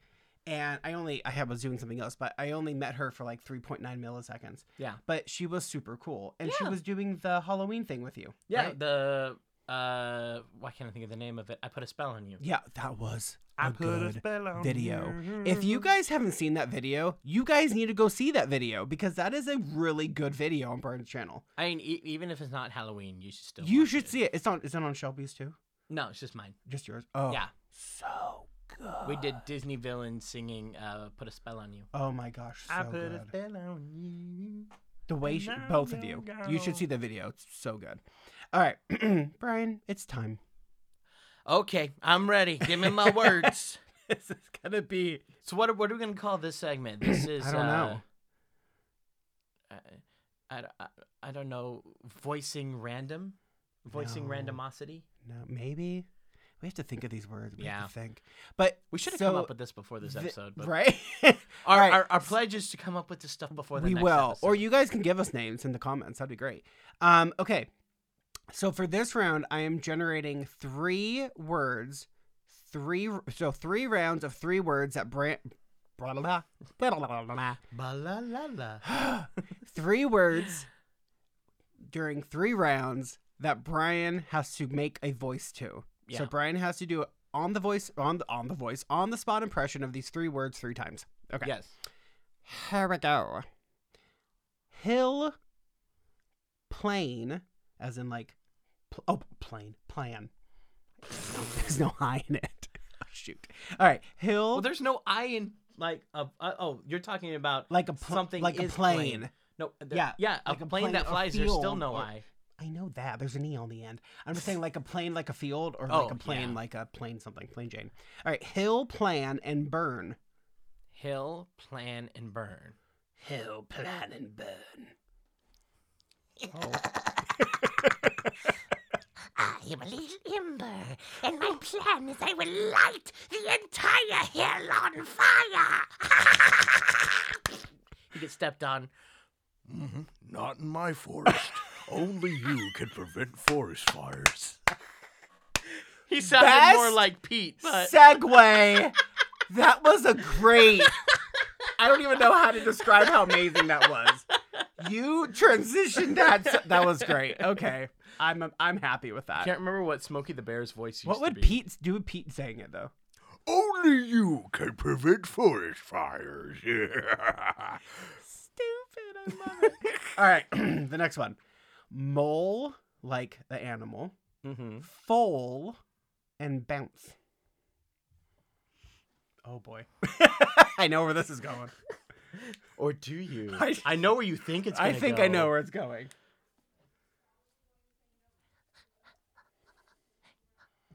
[SPEAKER 3] and I only, I had- was doing something else, but I only met her for like 3.9 milliseconds.
[SPEAKER 2] Yeah.
[SPEAKER 3] But she was super cool. And she
[SPEAKER 2] Yeah.
[SPEAKER 3] was doing the Halloween thing with you.
[SPEAKER 2] Yeah.
[SPEAKER 3] right?
[SPEAKER 2] The uh, why can't I think of the name of it? I put a spell on you.
[SPEAKER 3] Yeah, that was
[SPEAKER 1] I
[SPEAKER 3] a
[SPEAKER 1] put a
[SPEAKER 3] good
[SPEAKER 1] spell on
[SPEAKER 3] video.
[SPEAKER 1] you.
[SPEAKER 3] If you guys haven't seen that video, you guys need to go see that video because that is a really good video on Brian's channel.
[SPEAKER 2] I mean, e- even if it's not Halloween, you should still.
[SPEAKER 3] you
[SPEAKER 2] watch
[SPEAKER 3] should
[SPEAKER 2] it.
[SPEAKER 3] see it. It's on. Is it on Shelby's too?
[SPEAKER 2] No, it's just mine.
[SPEAKER 3] Just yours? Oh,
[SPEAKER 2] Yeah.
[SPEAKER 3] So good.
[SPEAKER 2] We did Disney villains singing uh, "Put a Spell on You."
[SPEAKER 3] Oh my gosh, so
[SPEAKER 1] I put
[SPEAKER 3] good.
[SPEAKER 1] a spell on you.
[SPEAKER 3] The way she,
[SPEAKER 1] now
[SPEAKER 3] both of
[SPEAKER 1] you
[SPEAKER 3] you, you should
[SPEAKER 1] go.
[SPEAKER 3] see the video. It's so good. All right, <clears throat> Brian,
[SPEAKER 2] <laughs>
[SPEAKER 3] it's time.
[SPEAKER 2] Okay, I'm ready. Give me
[SPEAKER 3] <laughs>
[SPEAKER 2] my words.
[SPEAKER 3] this is gonna be.
[SPEAKER 2] So what are, what are we gonna call this segment?
[SPEAKER 3] <clears throat>
[SPEAKER 2] This is
[SPEAKER 3] I don't know.
[SPEAKER 2] Uh, I, I, I- I don't know. Voicing random, voicing
[SPEAKER 3] No.
[SPEAKER 2] randomosity.
[SPEAKER 3] No, maybe we have to think of these words. We
[SPEAKER 2] Yeah.
[SPEAKER 3] have to think. But
[SPEAKER 2] We should have
[SPEAKER 3] so
[SPEAKER 2] come up with this before this
[SPEAKER 3] the-
[SPEAKER 2] episode, but
[SPEAKER 3] right. <laughs>
[SPEAKER 2] our,
[SPEAKER 3] right.
[SPEAKER 2] our our pledge is to come up with this stuff before the
[SPEAKER 3] we
[SPEAKER 2] next
[SPEAKER 3] will
[SPEAKER 2] episode.
[SPEAKER 3] or you guys can give us names in the comments that'd be great um okay so for this round i am generating three words three so three rounds of three words that brand blah, blah, blah, blah, blah, blah,
[SPEAKER 2] Ba la la la.
[SPEAKER 3] blah. three words during three rounds that brian has to make a voice to
[SPEAKER 2] Yeah.
[SPEAKER 3] so brian has to do it on the voice on the on the voice on the spot impression of these three words three times <gasps> okay
[SPEAKER 2] Yes.
[SPEAKER 3] here we go. Hill, plane, as in like, pl- oh, plane, plan. <laughs> There's no I in it. <laughs> Oh, shoot. All right, hill,
[SPEAKER 2] Well, there's no I in like a, uh, oh, you're talking about
[SPEAKER 3] like a pl-
[SPEAKER 2] something
[SPEAKER 3] like a
[SPEAKER 2] is
[SPEAKER 3] plane.
[SPEAKER 2] No, there-
[SPEAKER 3] Yeah,
[SPEAKER 2] yeah, a
[SPEAKER 3] like a
[SPEAKER 2] plane,
[SPEAKER 3] plane
[SPEAKER 2] that
[SPEAKER 3] or
[SPEAKER 2] flies. There's still
[SPEAKER 3] field
[SPEAKER 2] no
[SPEAKER 3] or-
[SPEAKER 2] I.
[SPEAKER 3] I know that. There's an e on the end. I'm just saying, like a plane, like a field, or
[SPEAKER 2] Oh,
[SPEAKER 3] like a plane,
[SPEAKER 2] yeah.
[SPEAKER 3] like a plane something, plane Jane. All right, hill, plan, and burn.
[SPEAKER 2] Hill, plan, and burn.
[SPEAKER 3] Hill, plan, and burn.
[SPEAKER 4] I am a little ember, and my plan is I will light the entire hill on <laughs> fire.
[SPEAKER 2] You get stepped on.
[SPEAKER 1] Mm-hmm. Not in my forest.
[SPEAKER 4] <laughs>
[SPEAKER 1] Only you can prevent forest fires.
[SPEAKER 2] He sounded more
[SPEAKER 3] Best
[SPEAKER 2] like Pete, but
[SPEAKER 3] Segway. that was a great. I don't even know how to describe how amazing that was. You transitioned that. s- That was great. Okay, I'm I'm happy with
[SPEAKER 2] I
[SPEAKER 3] that.
[SPEAKER 2] can't remember what Smokey the Bear's voice used
[SPEAKER 3] What
[SPEAKER 2] to
[SPEAKER 3] would
[SPEAKER 2] be.
[SPEAKER 3] Pete do? with Pete saying it though.
[SPEAKER 1] Only you can prevent
[SPEAKER 2] <laughs>
[SPEAKER 1] forest fires.
[SPEAKER 3] Stupid. I
[SPEAKER 2] <laughs>
[SPEAKER 3] love it. All right, <clears throat> the next one. Mole, like the animal.
[SPEAKER 2] hmm
[SPEAKER 3] Foal, and bounce. <laughs> Oh boy. I know where this is going.
[SPEAKER 2] Or do you? <laughs> I,
[SPEAKER 3] I-
[SPEAKER 2] know where you think it's
[SPEAKER 3] I
[SPEAKER 2] gonna
[SPEAKER 3] think I know
[SPEAKER 2] go.
[SPEAKER 3] where
[SPEAKER 2] <laughs>
[SPEAKER 3] it's going.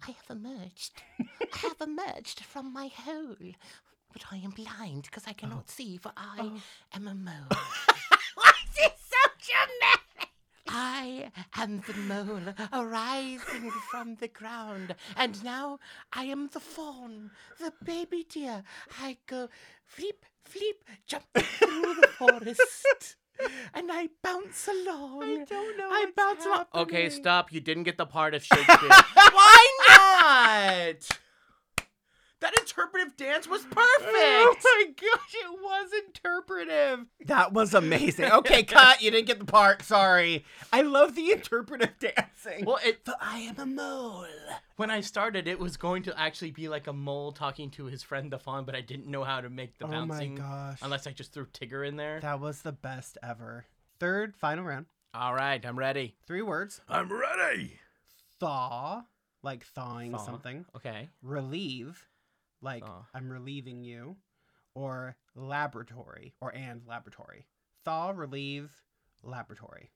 [SPEAKER 4] I have emerged. I have emerged from my hole. But I am blind because I cannot see, for I am a mole. Oh. <laughs> Why is it so dramatic? I am the mole arising from the ground, and now I am the fawn, the baby deer. I go fleep, fleep, jump through the <laughs> forest, and I bounce along. I don't know. I bounce up.
[SPEAKER 2] Okay, stop. You didn't get the part of
[SPEAKER 3] <laughs>
[SPEAKER 2] Shakespeare. Why not? That interpretive dance was
[SPEAKER 3] Oh
[SPEAKER 2] perfect.
[SPEAKER 3] my gosh, it was interpretive. That was <laughs> amazing. Okay, cut. You didn't get the part. Sorry. I love the interpretive dancing.
[SPEAKER 2] Well, it,
[SPEAKER 3] but I am a mole.
[SPEAKER 2] <laughs> when I started, it was going to actually be like a mole talking to his friend the fawn, but I didn't know how to make the
[SPEAKER 3] Oh my
[SPEAKER 2] bouncing.
[SPEAKER 3] gosh.
[SPEAKER 2] Unless I just threw Tigger in there.
[SPEAKER 3] That was the best ever. Third, final round.
[SPEAKER 2] All right, I'm ready.
[SPEAKER 3] Three words.
[SPEAKER 1] I'm ready.
[SPEAKER 3] Thaw, like thawing
[SPEAKER 2] Fawn.
[SPEAKER 3] something.
[SPEAKER 2] Okay.
[SPEAKER 3] Relieve, like
[SPEAKER 2] Thaw.
[SPEAKER 3] I'm relieving you. Or laboratory, or and laboratory. Thaw, relieve, laboratory.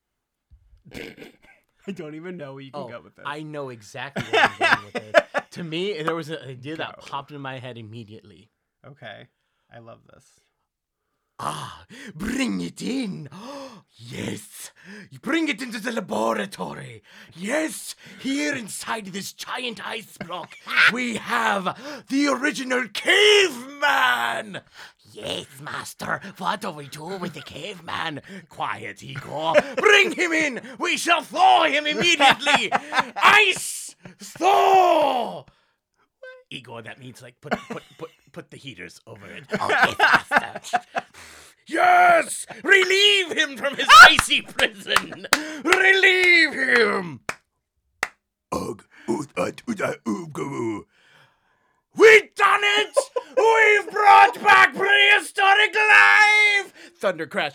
[SPEAKER 3] <laughs> I don't even know where you can
[SPEAKER 2] Oh,
[SPEAKER 3] go with this.
[SPEAKER 2] I know
[SPEAKER 1] <laughs>
[SPEAKER 2] exactly where I'm going with this. To me, there was an idea that
[SPEAKER 3] Go.
[SPEAKER 2] popped in my head immediately.
[SPEAKER 3] Okay. I love this.
[SPEAKER 2] Ah, bring it in. yes. You bring it into the laboratory. Yes, here inside this giant ice block, we have the original caveman. Yes, master. What do we do with the caveman? Quiet, Igor. bring him in. We shall thaw him immediately. ice thaw. Igor, that means like put put put put the heaters over it. Yes! Relieve him from his
[SPEAKER 3] Ah!
[SPEAKER 2] icy prison! Relieve him!
[SPEAKER 1] Ugh. Ooh, uh, ooh, uh, ooh, goo.
[SPEAKER 2] We've done it! We've brought back prehistoric life! Thunder crash.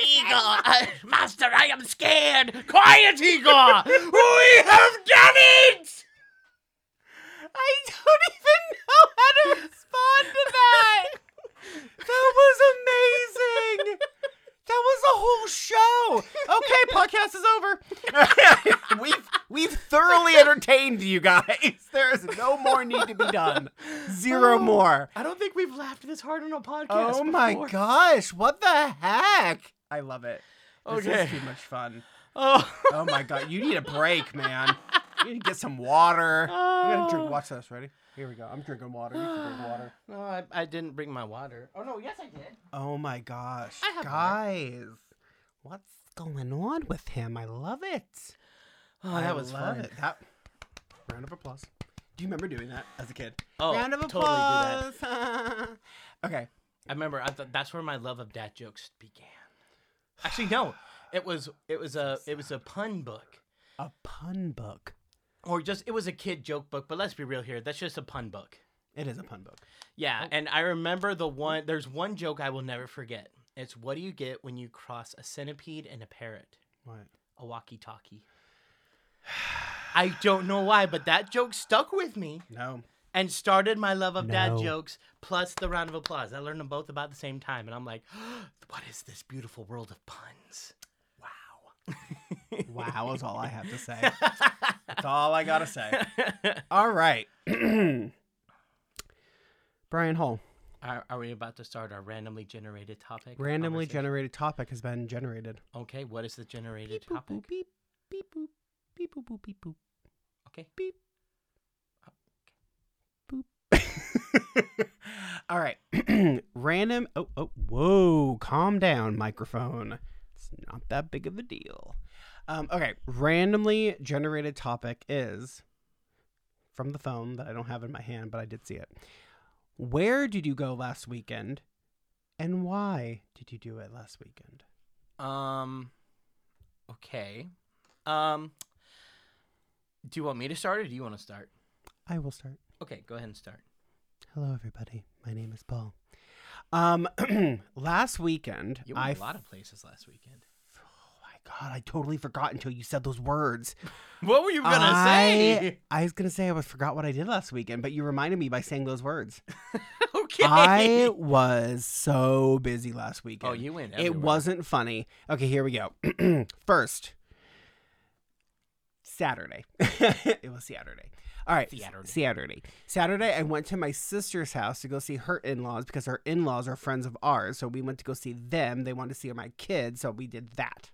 [SPEAKER 2] Igor, uh, Master, I am scared! Quiet, Igor! we have done it!
[SPEAKER 3] I don't even know how to respond to that. that was amazing. That was a whole show. Okay, podcast is over. <laughs> we've we've thoroughly entertained you guys. There is no more need to be done. Zero more.
[SPEAKER 2] I don't think we've laughed this hard on a podcast.
[SPEAKER 3] Oh my
[SPEAKER 2] before.
[SPEAKER 3] gosh, what the heck? I love it. This
[SPEAKER 2] Okay.
[SPEAKER 3] is too much fun.
[SPEAKER 2] Oh.
[SPEAKER 3] Oh my god, you need a break, man. You need to get some water.
[SPEAKER 2] <laughs>
[SPEAKER 3] You gotta
[SPEAKER 2] Oh.
[SPEAKER 3] drink. Watch this. Ready? Here we go. I'm drinking water. You can
[SPEAKER 2] <gasps>
[SPEAKER 3] drink water.
[SPEAKER 2] No, I, I didn't bring my water. Oh no, yes I did.
[SPEAKER 3] Oh my gosh,
[SPEAKER 2] I have water.
[SPEAKER 3] guys, what's going on with him? I love it.
[SPEAKER 2] Oh,
[SPEAKER 3] I
[SPEAKER 2] that was
[SPEAKER 3] love
[SPEAKER 2] fun.
[SPEAKER 3] It. That round of applause. Do you remember doing that as a kid?
[SPEAKER 2] Oh,
[SPEAKER 3] round of
[SPEAKER 2] totally do that.
[SPEAKER 3] applause. <laughs> okay.
[SPEAKER 2] I remember I th- that's where my love of dad jokes began. Actually, no, it was it was a it was a pun book,
[SPEAKER 3] A pun book.
[SPEAKER 2] or just it was a kid joke book. But let's be real here, that's just a pun book.
[SPEAKER 3] It is a pun book.
[SPEAKER 2] Yeah, and I remember the one. There's one joke I will never forget. It's what do you get when you cross a centipede and a parrot?
[SPEAKER 3] What?
[SPEAKER 2] A walkie-talkie. <sighs> I don't know why, but that joke stuck with me <laughs>
[SPEAKER 3] No.
[SPEAKER 2] and started my love of dad
[SPEAKER 3] No.
[SPEAKER 2] jokes plus the round of applause. I learned them both about the same time, and I'm like, <gasps> what is this beautiful world of
[SPEAKER 3] <laughs>
[SPEAKER 2] puns?
[SPEAKER 3] Wow is all I have
[SPEAKER 2] <laughs>
[SPEAKER 3] to say. That's all I gotta say. All <clears throat> right. Brian Hall.
[SPEAKER 2] Are, are we about to start our randomly generated topic? or
[SPEAKER 3] Randomly
[SPEAKER 2] conversation?
[SPEAKER 3] generated topic has been generated.
[SPEAKER 2] Okay, what is the generated
[SPEAKER 3] Boop,
[SPEAKER 2] topic?
[SPEAKER 3] boop, beep, beep, boop, beep, boop, boop, beep, boop.
[SPEAKER 2] Okay.
[SPEAKER 3] <laughs> All right. <clears throat> Random. Oh, oh, whoa. Calm down, microphone. It's not that big of a deal. Um, okay. Randomly generated topic is from the phone that I don't have in my hand, but I did see it. Where did you go last weekend? And why did you do it last weekend?
[SPEAKER 2] Um. Okay. Um. Do you want me to start, or do you want to start?
[SPEAKER 3] I will start.
[SPEAKER 2] Okay, go ahead and start.
[SPEAKER 3] Hello, everybody. My name is Paul. Um, <clears throat> last weekend,
[SPEAKER 2] You
[SPEAKER 3] I
[SPEAKER 2] went
[SPEAKER 3] f-
[SPEAKER 2] to a lot of places last weekend.
[SPEAKER 3] oh my god, I totally forgot until you said those
[SPEAKER 2] <laughs>
[SPEAKER 3] words.
[SPEAKER 2] What were you gonna
[SPEAKER 3] I,
[SPEAKER 2] say? <laughs> <laughs>
[SPEAKER 3] I was gonna say I was- forgot what I did last weekend, but you reminded me by saying those words.
[SPEAKER 2] kidding.
[SPEAKER 3] I was so busy last weekend.
[SPEAKER 2] oh, you went.
[SPEAKER 3] It
[SPEAKER 2] everywhere.
[SPEAKER 3] wasn't funny. Okay, here we go. <clears throat> First, Saturday. <laughs> it was Saturday. All right.
[SPEAKER 2] Saturday.
[SPEAKER 3] Saturday. Saturday, I went to my sister's house to go see her in laws because her in laws are friends of ours. So we went to go see them. They wanted to see my kids. So we did that.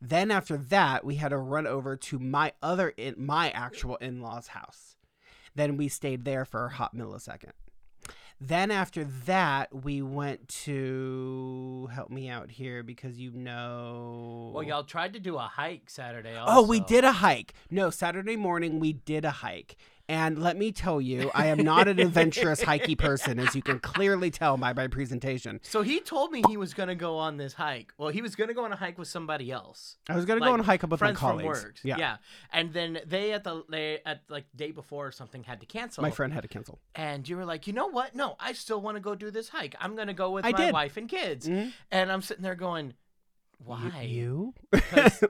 [SPEAKER 3] Then after that, we had to run over to my other, in- my actual in law's house. Then we stayed there for a hot millisecond. Then after that, we went to help me out here because you know.
[SPEAKER 2] Well, y'all tried to do a hike Saturday.
[SPEAKER 3] Oh, we
[SPEAKER 2] also.
[SPEAKER 3] did a hike. No, Saturday morning we did a hike. And let me tell you, I am not
[SPEAKER 2] <laughs>
[SPEAKER 3] an adventurous hikey person, as you can clearly tell by my presentation.
[SPEAKER 2] So he told me he was gonna go on this hike. Well, he was gonna go on a hike with somebody else.
[SPEAKER 3] I was gonna go
[SPEAKER 2] Like,
[SPEAKER 3] on a hike up with my
[SPEAKER 2] friends
[SPEAKER 3] colleagues.
[SPEAKER 2] from work.
[SPEAKER 3] Yeah,
[SPEAKER 2] And then they at the they at like day before or something had to cancel.
[SPEAKER 3] my friend had to cancel.
[SPEAKER 2] And you were like, you know what? No, I still want to go do this hike. I'm gonna go with
[SPEAKER 3] I
[SPEAKER 2] my
[SPEAKER 3] did.
[SPEAKER 2] wife and kids.
[SPEAKER 3] Mhm.
[SPEAKER 2] And I'm sitting there going,
[SPEAKER 3] Y-
[SPEAKER 2] why?
[SPEAKER 3] you?
[SPEAKER 2] <laughs>
[SPEAKER 3] <laughs>
[SPEAKER 2] 'Cause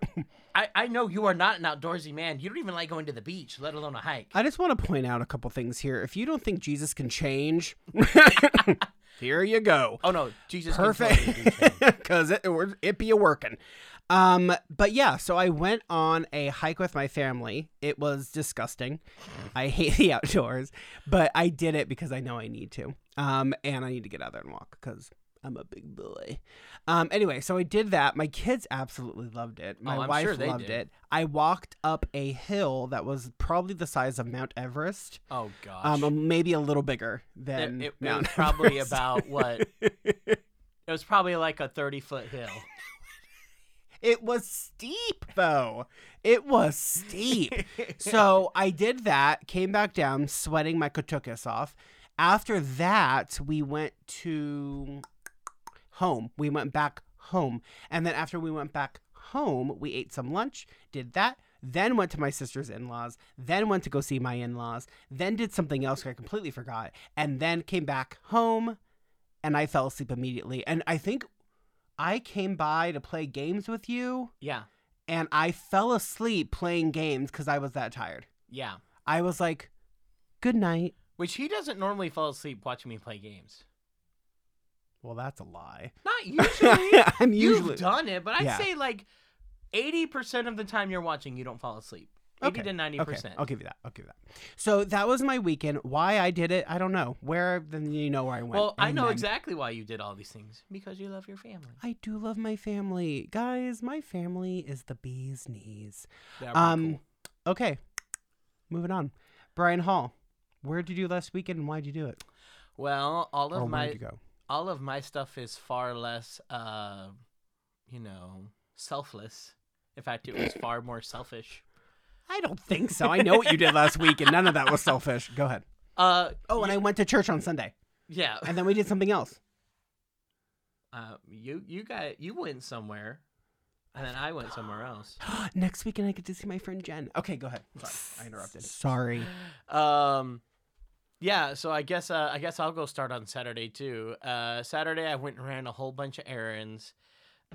[SPEAKER 2] I, I know you are not an outdoorsy man. You don't even like going to the beach, let alone a hike.
[SPEAKER 3] I just want to point out a couple things here. If you don't think Jesus can change, here you go.
[SPEAKER 2] oh no, Jesus. can totally do
[SPEAKER 3] perfect
[SPEAKER 2] change.
[SPEAKER 3] <laughs> because it, we're- it be a working um but yeah so i went on a hike with my family it was disgusting i hate the outdoors but i did it because i know i need to um and i need to get out there and walk because i'm a big boy um anyway so i did that my kids absolutely loved it my
[SPEAKER 2] Oh, I'm
[SPEAKER 3] wife
[SPEAKER 2] sure they
[SPEAKER 3] loved
[SPEAKER 2] did.
[SPEAKER 3] it i walked up a hill that was probably the size of mount everest
[SPEAKER 2] oh gosh.
[SPEAKER 3] <laughs> um maybe a little bigger
[SPEAKER 2] it,
[SPEAKER 3] than
[SPEAKER 2] it- it
[SPEAKER 3] mount
[SPEAKER 2] <laughs> was probably
[SPEAKER 3] Everest.
[SPEAKER 2] about what? It was probably like a thirty foot hill.
[SPEAKER 3] It was steep though. It was steep.
[SPEAKER 2] <laughs>
[SPEAKER 3] so I did that, came back down, sweating my kotukis off. After that, we went to home. We went back home. And then after we went back home, we ate some lunch, did that, then went to my sister's in laws, then went to go see my in laws, then did something else I completely forgot, and then came back home and I fell asleep immediately. And I think I came by to play games with you
[SPEAKER 2] Yeah,
[SPEAKER 3] and I fell asleep playing games because I was that tired.
[SPEAKER 2] yeah.
[SPEAKER 3] I was like, good night.
[SPEAKER 2] Which he doesn't normally fall asleep watching me play games.
[SPEAKER 3] Well, that's a lie.
[SPEAKER 2] Not <laughs> usually.
[SPEAKER 3] I'm usually.
[SPEAKER 2] You've done it, but I'd
[SPEAKER 3] Yeah.
[SPEAKER 2] say like eighty percent of the time you're watching, you don't fall asleep. Eighty
[SPEAKER 3] Okay.
[SPEAKER 2] to ninety
[SPEAKER 3] Okay,
[SPEAKER 2] percent.
[SPEAKER 3] I'll give you that. I'll give you that. So that was my weekend. Why I did it, I don't know. Where then you know where I went.
[SPEAKER 2] Well, I know
[SPEAKER 3] Amen.
[SPEAKER 2] exactly why you did all these things because you love your family.
[SPEAKER 3] I do love my family, guys. My family is the bee's knees.
[SPEAKER 2] They're pretty
[SPEAKER 3] Um,
[SPEAKER 2] cool.
[SPEAKER 3] okay, moving on. Brian Hall, where did you last weekend and why'd you do it?
[SPEAKER 2] Well, all
[SPEAKER 3] or
[SPEAKER 2] of
[SPEAKER 3] where'd
[SPEAKER 2] my
[SPEAKER 3] you go?
[SPEAKER 2] all of my stuff is far less, uh, you know, selfless. In fact, it was far more selfish.
[SPEAKER 3] I don't think so. I know what you did last week, and none of that was selfish. Go ahead.
[SPEAKER 2] Uh
[SPEAKER 3] Oh, and I went to church on Sunday,
[SPEAKER 2] yeah.
[SPEAKER 3] and then we did something else.
[SPEAKER 2] Uh, you you got you went somewhere, and then I went somewhere else.
[SPEAKER 3] <gasps> Next weekend, I get to see my friend Jen. Okay, go ahead. Sorry, I interrupted. Sorry.
[SPEAKER 2] Um, yeah. So I guess uh, I guess I'll go start on Saturday too. Uh, Saturday I went and ran a whole bunch of errands.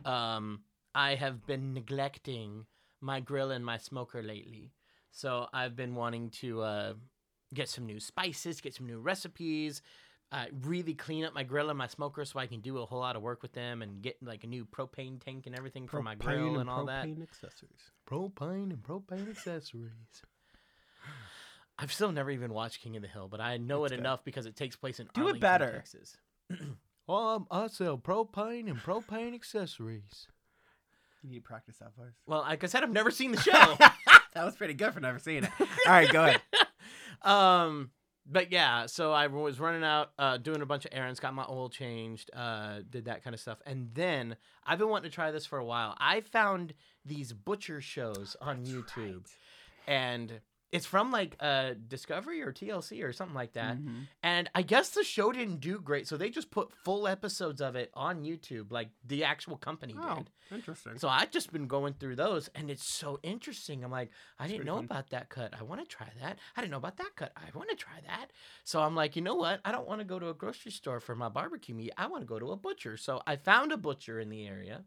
[SPEAKER 2] Um, I have been neglecting my grill and my smoker lately, so I've been wanting to uh, get some new spices, get some new recipes. Uh, really clean up my grill and my smoker so I can do a whole lot of work with them and get like a new propane tank and everything for my grill and, all that. propane and propane accessories. I've still never even watched King of the Hill, but I know
[SPEAKER 3] It's
[SPEAKER 2] it
[SPEAKER 3] good.
[SPEAKER 2] enough because it takes place in
[SPEAKER 3] Do it
[SPEAKER 2] Arlington,
[SPEAKER 3] better.
[SPEAKER 2] Texas. um, I sell propane and propane accessories.
[SPEAKER 3] You need to practice that voice.
[SPEAKER 2] Well, like I said, I've never seen the show.
[SPEAKER 3] that was pretty good for never seeing it. <laughs> All right, go ahead.
[SPEAKER 2] um, but yeah, so I was running out, uh, doing a bunch of errands, got my oil changed, uh, did that kind of stuff, and then I've been wanting to try this for a while. I found these butcher shows on <laughs> YouTube. and it's from like uh Discovery or TLC or something like that.
[SPEAKER 3] Mhm.
[SPEAKER 2] And I guess the show didn't do great, so they just put full episodes of it on YouTube, like the actual company
[SPEAKER 3] Oh,
[SPEAKER 2] did.
[SPEAKER 3] interesting.
[SPEAKER 2] So I've just been going through those, and it's so interesting. I'm like, I didn't
[SPEAKER 3] pretty
[SPEAKER 2] know
[SPEAKER 3] fun.
[SPEAKER 2] about that cut. I want to try that. I didn't know about that cut. I want to try that. So I'm like, you know what? I don't want to go to a grocery store for my barbecue meat. I want to go to a butcher. So I found a butcher in the area,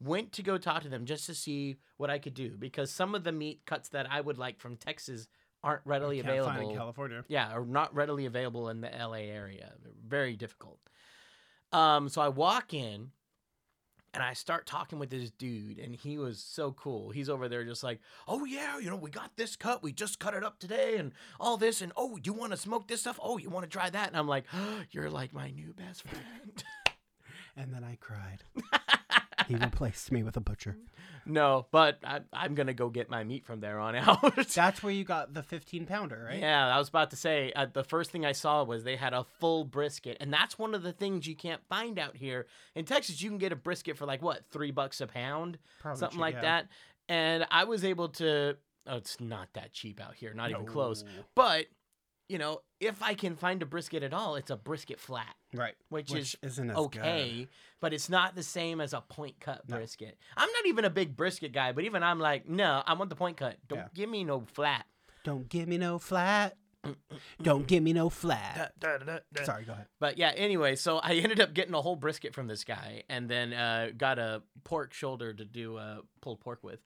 [SPEAKER 2] went to go talk to them just to see what I could do because some of the meat cuts that I would like from Texas aren't readily
[SPEAKER 3] Can't
[SPEAKER 2] available.
[SPEAKER 3] find in California.
[SPEAKER 2] Yeah, are not readily available in the LA area. Very difficult. Um, so I walk in and I start talking with this dude, and he was so cool. He's over there just like, oh yeah, you know, we got this cut, we just cut it up today, and all this, and oh, you want to smoke this stuff? Oh, you want to try that? And I'm like, <gasps> you're like my new best friend. <laughs>
[SPEAKER 3] And then I cried. he replaced me with a butcher.
[SPEAKER 2] no, but I, I'm gonna go get my meat from there on <laughs> out.
[SPEAKER 3] <laughs> That's where you got the 15 pounder, right?
[SPEAKER 2] Yeah, I was about to say uh, the first thing I saw was they had a full brisket, and that's one of the things you can't find out here in Texas. You can get a brisket for like what three bucks a pound,
[SPEAKER 3] Probably
[SPEAKER 2] something
[SPEAKER 3] cheap,
[SPEAKER 2] like
[SPEAKER 3] yeah.
[SPEAKER 2] that. And I was able to. Oh, it's not that cheap out here, not even close.
[SPEAKER 3] No.
[SPEAKER 2] But you know, if I can find a brisket at all, it's a brisket flat,
[SPEAKER 3] Right.
[SPEAKER 2] which, is
[SPEAKER 3] isn't as
[SPEAKER 2] okay, but it's not the same as a point cut
[SPEAKER 3] No.
[SPEAKER 2] brisket. I'm not even a big brisket guy, but even I'm like, no, I want the point cut. Don't
[SPEAKER 3] Yeah.
[SPEAKER 2] give me no flat.
[SPEAKER 3] good. Don't give me no flat. Don't give me no flat. Sorry, go ahead.
[SPEAKER 2] But yeah, anyway, so I <laughs> ended up getting a whole brisket from this guy, and then uh, got a pork shoulder to do uh, pulled pork with.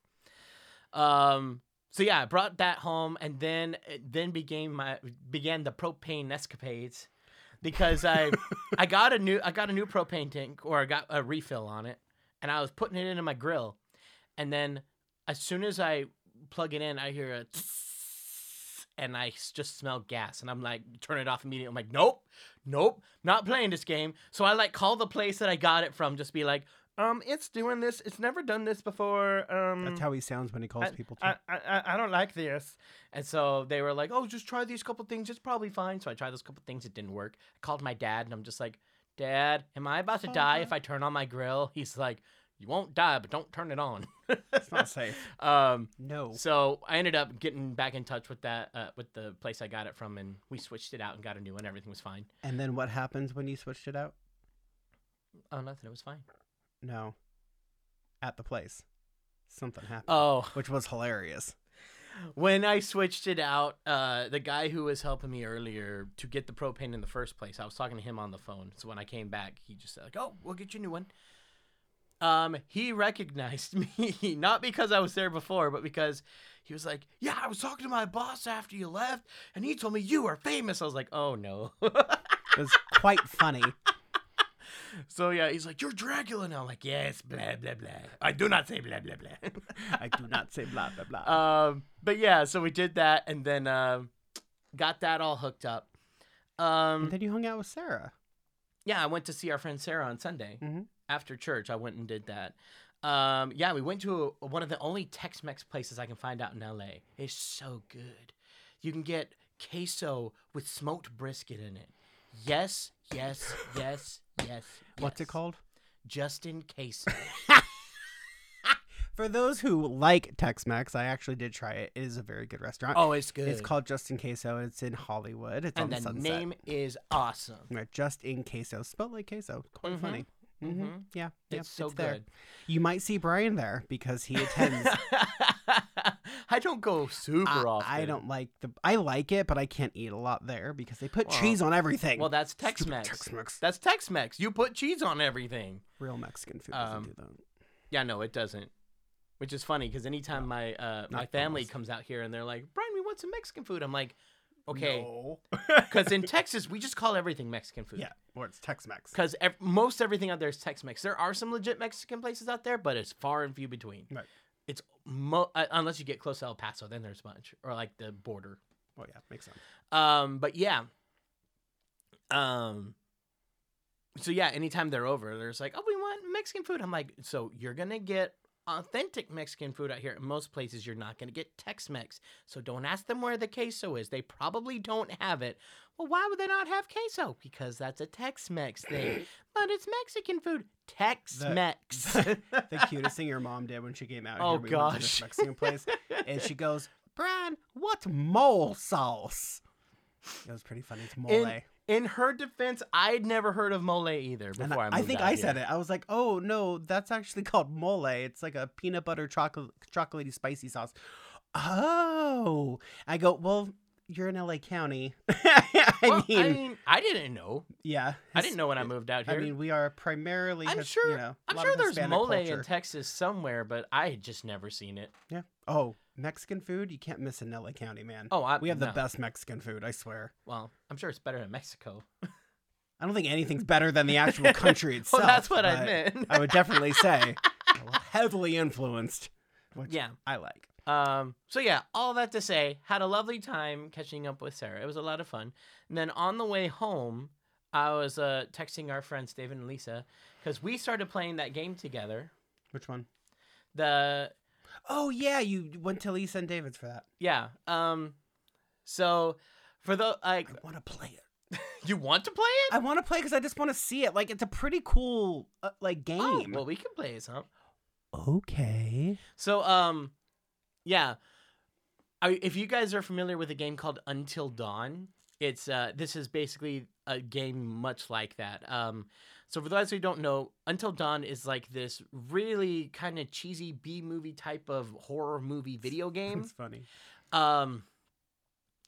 [SPEAKER 2] Um, so yeah, I brought that home, and then it then began my began the propane escapades because I I got a new I got a new propane tank or I got a refill on it, and I was putting it into my grill, and then as soon as I plug it in, I hear a. tss, And I s- just smell gas, and I'm like, turn it off immediately. I'm like, nope, nope, not playing this game. So I like call the place that I got it from, just be like, um, it's doing this. It's never done this before. Um,
[SPEAKER 3] That's how he sounds when he calls
[SPEAKER 2] I-
[SPEAKER 3] people. Too.
[SPEAKER 2] I, I, I- I don't like this. And so they were like, oh, just try these couple things. It's probably fine. So I tried those couple things. It didn't work. I called my dad and I'm just like, Dad, am I about to
[SPEAKER 3] Oh,
[SPEAKER 2] die if I turn on my grill? He's like, you won't die, but don't turn it on.
[SPEAKER 3] it's
[SPEAKER 2] <laughs>
[SPEAKER 3] not safe.
[SPEAKER 2] um,
[SPEAKER 3] No.
[SPEAKER 2] so I ended up getting back in touch with that, uh, with the place I got it from, and we switched it out and got a new one. Everything was fine.
[SPEAKER 3] And then what happens when you switched it out?
[SPEAKER 2] Oh, nothing. It was fine.
[SPEAKER 3] No. At the place, something happened,
[SPEAKER 2] Oh,
[SPEAKER 3] which was hilarious.
[SPEAKER 2] when I switched it out, uh, the guy who was helping me earlier to get the propane in the first place, I was talking to him on the phone. So when I came back, he just said like, "Oh, we'll get you a new one." Um, he recognized <laughs> me not because I was there before, but because he was like, "Yeah, I was talking to my boss after you left, and he told me you were famous." I was like, "Oh no." <laughs>
[SPEAKER 3] It was quite funny.
[SPEAKER 2] so yeah, he's like, "You're Dracula," and I'm like, "Yes, blah blah blah." I do not say blah blah blah. <laughs>
[SPEAKER 3] I do not say blah blah blah.
[SPEAKER 2] um, but yeah, so we did that, and then um, got that all hooked up.
[SPEAKER 3] and
[SPEAKER 2] Um,
[SPEAKER 3] then you hung out with Sarah.
[SPEAKER 2] yeah, I went to see our friend Sarah on Sunday
[SPEAKER 3] Mhm.
[SPEAKER 2] after church. I went and did that. Um, yeah, we went to a, one of the only Tex-Mex places I can find out in LA. It's so good. You can get queso with smoked brisket in it. Yes, yes,
[SPEAKER 3] <laughs>
[SPEAKER 2] yes, yes.
[SPEAKER 3] What's it
[SPEAKER 2] yes.
[SPEAKER 3] called?
[SPEAKER 2] Justin Queso.
[SPEAKER 3] <laughs> For those who like Tex-Mex, I actually did try it. It is a very good restaurant.
[SPEAKER 2] Oh, it's good.
[SPEAKER 3] It's called Just in Queso. It's in Hollywood. It's
[SPEAKER 2] and
[SPEAKER 3] on the
[SPEAKER 2] the
[SPEAKER 3] Sunset.
[SPEAKER 2] name is awesome.
[SPEAKER 3] Right, Just in Queso, spelled like queso. Quite
[SPEAKER 2] Mhm.
[SPEAKER 3] funny. hmm
[SPEAKER 2] Mhm.
[SPEAKER 3] Yeah, yeah,
[SPEAKER 2] it's so
[SPEAKER 3] there.
[SPEAKER 2] good.
[SPEAKER 3] You might see Brian there
[SPEAKER 2] <laughs>
[SPEAKER 3] because he attends.
[SPEAKER 2] I don't go super
[SPEAKER 3] I,
[SPEAKER 2] often.
[SPEAKER 3] I don't like the. I like it, but I can't eat a lot there because they put
[SPEAKER 2] Well-
[SPEAKER 3] cheese on everything. <laughs>
[SPEAKER 2] Well, that's
[SPEAKER 3] Stupid
[SPEAKER 2] Tex-Mex.
[SPEAKER 3] Tex-Mex.
[SPEAKER 2] That's Tex-Mex. You put cheese on everything.
[SPEAKER 3] Real Mexican food doesn't
[SPEAKER 2] Um,
[SPEAKER 3] do that.
[SPEAKER 2] Yeah, no, it doesn't. Which is funny because anytime my uh, my
[SPEAKER 3] Not
[SPEAKER 2] family
[SPEAKER 3] Dallas.
[SPEAKER 2] comes out here and they're like, "Brian, we want some Mexican food," I'm like, "Okay," <laughs>
[SPEAKER 3] No.
[SPEAKER 2] because in Texas we just call everything Mexican food.
[SPEAKER 3] yeah, or it's Tex-Mex.
[SPEAKER 2] Because ev- most everything out there is Tex-Mex. There are some legit Mexican places out there, but it's far and few between.
[SPEAKER 3] Right.
[SPEAKER 2] It's mo- uh, unless you get close to El Paso, then there's a bunch, or like the border.
[SPEAKER 3] Well, yeah, makes sense.
[SPEAKER 2] Um, but yeah. Um. So yeah, anytime they're over, there's like, oh, we want Mexican food. I'm like, so you're gonna get authentic Mexican food out here. In most places, you're not gonna get Tex-Mex. So don't ask them where the queso is. They probably don't have it. Well, why would they not have queso? Because that's a Tex-Mex
[SPEAKER 3] <clears throat>
[SPEAKER 2] thing. but it's Mexican food.
[SPEAKER 3] <laughs>
[SPEAKER 2] Tex-Mex. <laughs>
[SPEAKER 3] The cutest thing your mom did when she came out.
[SPEAKER 2] Oh,
[SPEAKER 3] here, we went to this
[SPEAKER 2] gosh. <laughs>
[SPEAKER 3] Mexican place, and she goes, "Brian, what's mole sauce?" It was pretty funny. It's mole.
[SPEAKER 2] in, in her defense, I'd never heard of mole either
[SPEAKER 3] And
[SPEAKER 2] before I,
[SPEAKER 3] I, I think I said it. I was like, "Oh no, that's actually <laughs> called mole. It's like a peanut butter chocolate, chocolatey spicy sauce." Oh, I go. Well, you're in LA County. <laughs> I
[SPEAKER 2] Well,
[SPEAKER 3] mean,
[SPEAKER 2] I mean, I didn't know.
[SPEAKER 3] yeah,
[SPEAKER 2] I didn't know when I moved out
[SPEAKER 3] I
[SPEAKER 2] here.
[SPEAKER 3] mean, we are primarily.
[SPEAKER 2] I'm
[SPEAKER 3] His-
[SPEAKER 2] sure-
[SPEAKER 3] You know, a
[SPEAKER 2] I'm
[SPEAKER 3] lot
[SPEAKER 2] sure
[SPEAKER 3] of
[SPEAKER 2] there's
[SPEAKER 3] Hispanic
[SPEAKER 2] mole
[SPEAKER 3] culture.
[SPEAKER 2] in Texas somewhere, but I had just never seen it.
[SPEAKER 3] Yeah. Oh, Mexican food, you can't miss in Nelly County, man.
[SPEAKER 2] Oh, I,
[SPEAKER 3] we have the
[SPEAKER 2] no.
[SPEAKER 3] best Mexican food, I swear.
[SPEAKER 2] Well, I'm sure it's better than Mexico. <laughs>
[SPEAKER 3] I don't think anything's better than the actual country itself.
[SPEAKER 2] well, that's what I
[SPEAKER 3] but
[SPEAKER 2] meant. <laughs>
[SPEAKER 3] I would definitely say heavily influenced, which
[SPEAKER 2] yeah.
[SPEAKER 3] I like.
[SPEAKER 2] Um, so yeah, all that to say, had a lovely time catching up with Sarah. It was a lot of fun. And then on the way home, I was uh, texting our friends David and Lisa because we started playing that game together.
[SPEAKER 3] Which one?
[SPEAKER 2] The
[SPEAKER 3] Oh yeah, you went to Lisa and David's for that.
[SPEAKER 2] yeah. Um, so for the like, <laughs>
[SPEAKER 3] I want to play it.
[SPEAKER 2] you want to play it?
[SPEAKER 3] I want to play because I just want to see it. Like it's a pretty cool uh, like game.
[SPEAKER 2] Oh, well, we can play it, huh?
[SPEAKER 3] okay.
[SPEAKER 2] So um, yeah. I, if you guys are familiar with a game called Until Dawn, it's uh, this is basically a game much like that. Um, so for those who don't know, Until Dawn is like this really kind of cheesy B movie type of horror movie video game.
[SPEAKER 3] It's funny.
[SPEAKER 2] Um,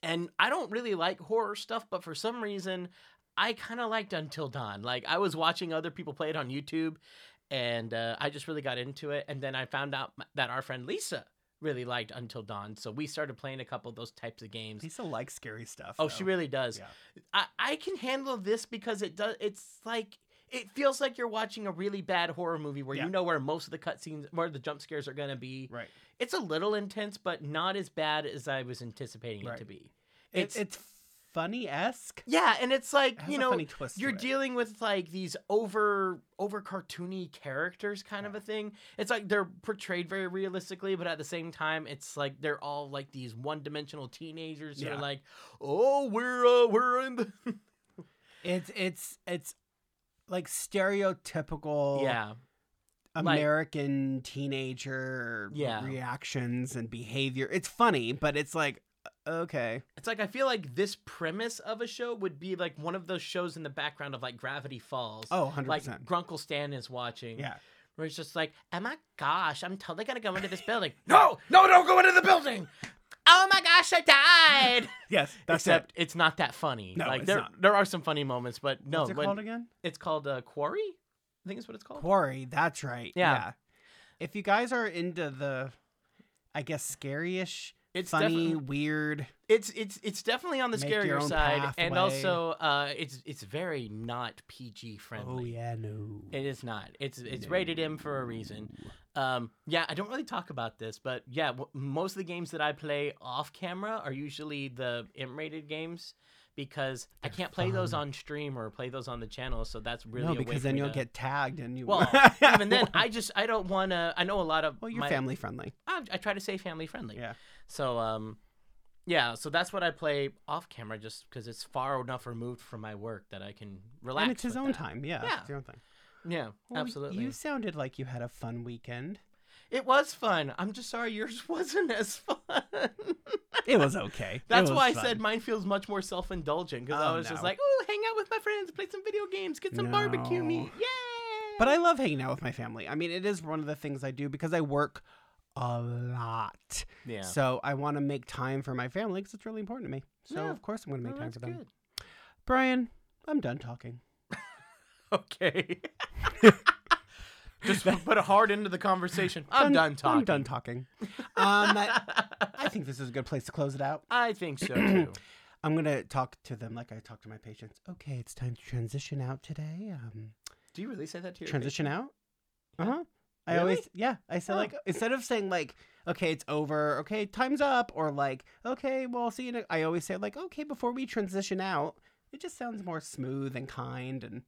[SPEAKER 2] and I don't really like horror stuff, but for some reason, I kind of liked Until Dawn. Like I was watching other people play it on YouTube, and uh, I just really got into it. And then I found out m- that our friend Lisa really liked Until Dawn, so we started playing a couple of those types of games.
[SPEAKER 3] Lisa likes scary stuff.
[SPEAKER 2] Oh, she
[SPEAKER 3] though.
[SPEAKER 2] really does.
[SPEAKER 3] Yeah.
[SPEAKER 2] I, I can handle this because it does. It's like it feels like you're watching a really bad horror movie where
[SPEAKER 3] Yeah.
[SPEAKER 2] you know where most of the cutscenes, where the jump scares are gonna be.
[SPEAKER 3] right.
[SPEAKER 2] It's a little intense, but not as bad as I was anticipating it to
[SPEAKER 3] Right.
[SPEAKER 2] be.
[SPEAKER 3] It's it's funny esque.
[SPEAKER 2] Yeah, and it's like
[SPEAKER 3] It has
[SPEAKER 2] you
[SPEAKER 3] a
[SPEAKER 2] know
[SPEAKER 3] funny twist to
[SPEAKER 2] you're
[SPEAKER 3] it.
[SPEAKER 2] dealing with like these over over cartoony characters kind of a thing. It's like they're portrayed very realistically, but at the same time, it's like they're all like these one dimensional teenagers who
[SPEAKER 3] Yeah.
[SPEAKER 2] are like, oh, we're uh, we're in the
[SPEAKER 3] It's it's it's like stereotypical
[SPEAKER 2] yeah
[SPEAKER 3] American teenager
[SPEAKER 2] Yeah.
[SPEAKER 3] reactions and behavior. It's funny, but it's like uh, okay.
[SPEAKER 2] It's like I feel like this premise of a show would be like one of those shows in the background of like Gravity Falls.
[SPEAKER 3] Oh, 100%.
[SPEAKER 2] Like Grunkle Stan is watching.
[SPEAKER 3] yeah.
[SPEAKER 2] Where it's just like, oh my gosh, I'm totally gonna go into
[SPEAKER 3] <laughs>
[SPEAKER 2] this building. no, no, don't go into the building. Oh my gosh, I died.
[SPEAKER 3] Yes, <laughs> that's
[SPEAKER 2] Except it's not that funny.
[SPEAKER 3] No,
[SPEAKER 2] like
[SPEAKER 3] it's
[SPEAKER 2] there
[SPEAKER 3] not.
[SPEAKER 2] there are some funny moments, but
[SPEAKER 3] it.
[SPEAKER 2] no,
[SPEAKER 3] What's it
[SPEAKER 2] when-
[SPEAKER 3] called again?
[SPEAKER 2] it's called uh, Quarry. I think is what it's called.
[SPEAKER 3] Quarry, that's right.
[SPEAKER 2] Yeah.
[SPEAKER 3] If you guys are into the I guess scary-ish,
[SPEAKER 2] It's
[SPEAKER 3] funny,
[SPEAKER 2] definitely-
[SPEAKER 3] weird.
[SPEAKER 2] It's it's it's definitely on the
[SPEAKER 3] Make your
[SPEAKER 2] scarier
[SPEAKER 3] own
[SPEAKER 2] side, and
[SPEAKER 3] pathway.
[SPEAKER 2] also uh, it's it's very not PG friendly.
[SPEAKER 3] oh, yeah, no.
[SPEAKER 2] It is not. It's it's rated M for a reason. Um, yeah, I don't really talk about this, but yeah, w- most of the games that I play off camera are usually the M rated games because I can't play those on stream or play those on the channel. So that's really
[SPEAKER 3] no,
[SPEAKER 2] a way
[SPEAKER 3] because
[SPEAKER 2] for
[SPEAKER 3] then
[SPEAKER 2] me
[SPEAKER 3] you'll
[SPEAKER 2] to- <laughs>
[SPEAKER 3] get tagged and you <laughs>
[SPEAKER 2] well. even then, I just I don't want to. I know a lot of
[SPEAKER 3] Well, you're
[SPEAKER 2] my-
[SPEAKER 3] family friendly.
[SPEAKER 2] I, I try to stay family friendly.
[SPEAKER 3] Yeah.
[SPEAKER 2] So um, yeah. So that's what I play off camera, just because it's far enough removed from my work that I can relax.
[SPEAKER 3] And it's his
[SPEAKER 2] with
[SPEAKER 3] own
[SPEAKER 2] that.
[SPEAKER 3] time. Yeah.
[SPEAKER 2] Yeah.
[SPEAKER 3] It's your own thing.
[SPEAKER 2] Yeah,
[SPEAKER 3] Well,
[SPEAKER 2] absolutely.
[SPEAKER 3] You sounded like you had a fun weekend.
[SPEAKER 2] It was fun. I'm just sorry yours <laughs> wasn't as
[SPEAKER 3] <laughs>
[SPEAKER 2] fun.
[SPEAKER 3] It was okay. It
[SPEAKER 2] <laughs> That's
[SPEAKER 3] was
[SPEAKER 2] why I
[SPEAKER 3] fun.
[SPEAKER 2] said mine feels much more self indulgent because I
[SPEAKER 3] Oh,
[SPEAKER 2] was just
[SPEAKER 3] no.
[SPEAKER 2] like, oh, hang out with my friends, play some video games, get some barbecue
[SPEAKER 3] No.
[SPEAKER 2] meat. Yay!
[SPEAKER 3] But I love hanging out with my family. I mean, it is one of the things I do because I work a lot.
[SPEAKER 2] yeah.
[SPEAKER 3] So I want to make time for my family because it's really important to me. So
[SPEAKER 2] Yeah.
[SPEAKER 3] of course I'm going to
[SPEAKER 2] Well,
[SPEAKER 3] make time
[SPEAKER 2] that's
[SPEAKER 3] for them.
[SPEAKER 2] good.
[SPEAKER 3] Brian, I'm done talking.
[SPEAKER 2] Okay.
[SPEAKER 3] <laughs>
[SPEAKER 2] just put a heart into the conversation. I'm done talking.
[SPEAKER 3] I'm done talking. Um, I, I think this is a good place to close it out.
[SPEAKER 2] I think
[SPEAKER 3] <clears throat>
[SPEAKER 2] so too.
[SPEAKER 3] I'm going to talk to them like I talk to my patients. Okay, it's time to transition out today. Um,
[SPEAKER 2] Do you really say that to your
[SPEAKER 3] transition out. Uh huh. I
[SPEAKER 2] Really?
[SPEAKER 3] always yeah. I say like instead of saying like okay it's over okay time's up or like okay well see you. ne-" I always say like okay before we transition out. It just sounds more smooth and kind, and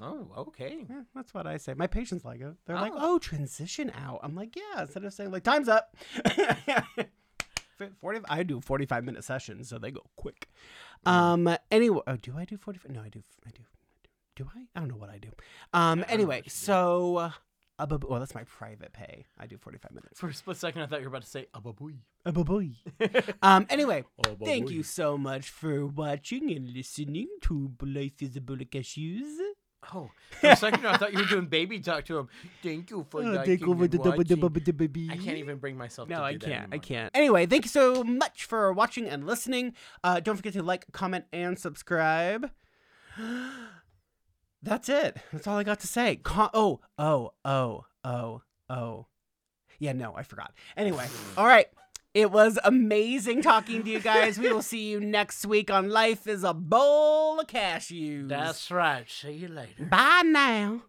[SPEAKER 2] Oh,
[SPEAKER 3] <laughs>
[SPEAKER 2] okay.
[SPEAKER 3] yeah, "Eh, that's what I say. My patients like it. They're like,
[SPEAKER 2] Oh.
[SPEAKER 3] "Oh, transition out." I'm like, "Yeah." Instead of saying like "time's up," <laughs> F- forty. I do forty-five minute sessions, so they go quick. Um. Anyway, oh, do I do forty-five? No, I do. I do. Do I? I don't know what I do. Um. Anyway, so uh, uh, bu- well, that's my private pay. I do forty-five minutes.
[SPEAKER 2] For a split second, I thought you were about to say ababui.
[SPEAKER 3] Uh, bu- boy. <laughs> um. Anyway,
[SPEAKER 1] bu-
[SPEAKER 3] thank
[SPEAKER 1] boy.
[SPEAKER 3] you so much for watching and listening to Life is a Bullet Cashews. <laughs>
[SPEAKER 2] Oh, for a second, I thought you were doing baby talk to him. Thank you for
[SPEAKER 3] Uh,
[SPEAKER 2] liking
[SPEAKER 3] take over
[SPEAKER 2] and
[SPEAKER 3] the double-
[SPEAKER 2] watching.
[SPEAKER 3] double- double-
[SPEAKER 2] I
[SPEAKER 3] double-
[SPEAKER 2] can't even bring myself. to
[SPEAKER 3] No,
[SPEAKER 2] do
[SPEAKER 3] I
[SPEAKER 2] that
[SPEAKER 3] can't. I
[SPEAKER 2] anymore.
[SPEAKER 3] can't. Anyway, thank you so much for watching and listening. Uh, don't forget to like, comment, and subscribe. <gasps> That's it. That's all I got to say. Co- oh, oh, oh, oh, oh. Yeah, no, I forgot. <laughs> Anyway, all right. It was amazing talking to you guys. We <laughs> will see you next week on Life is a Bowl of Cashews.
[SPEAKER 2] That's right. See you later.
[SPEAKER 3] Bye now.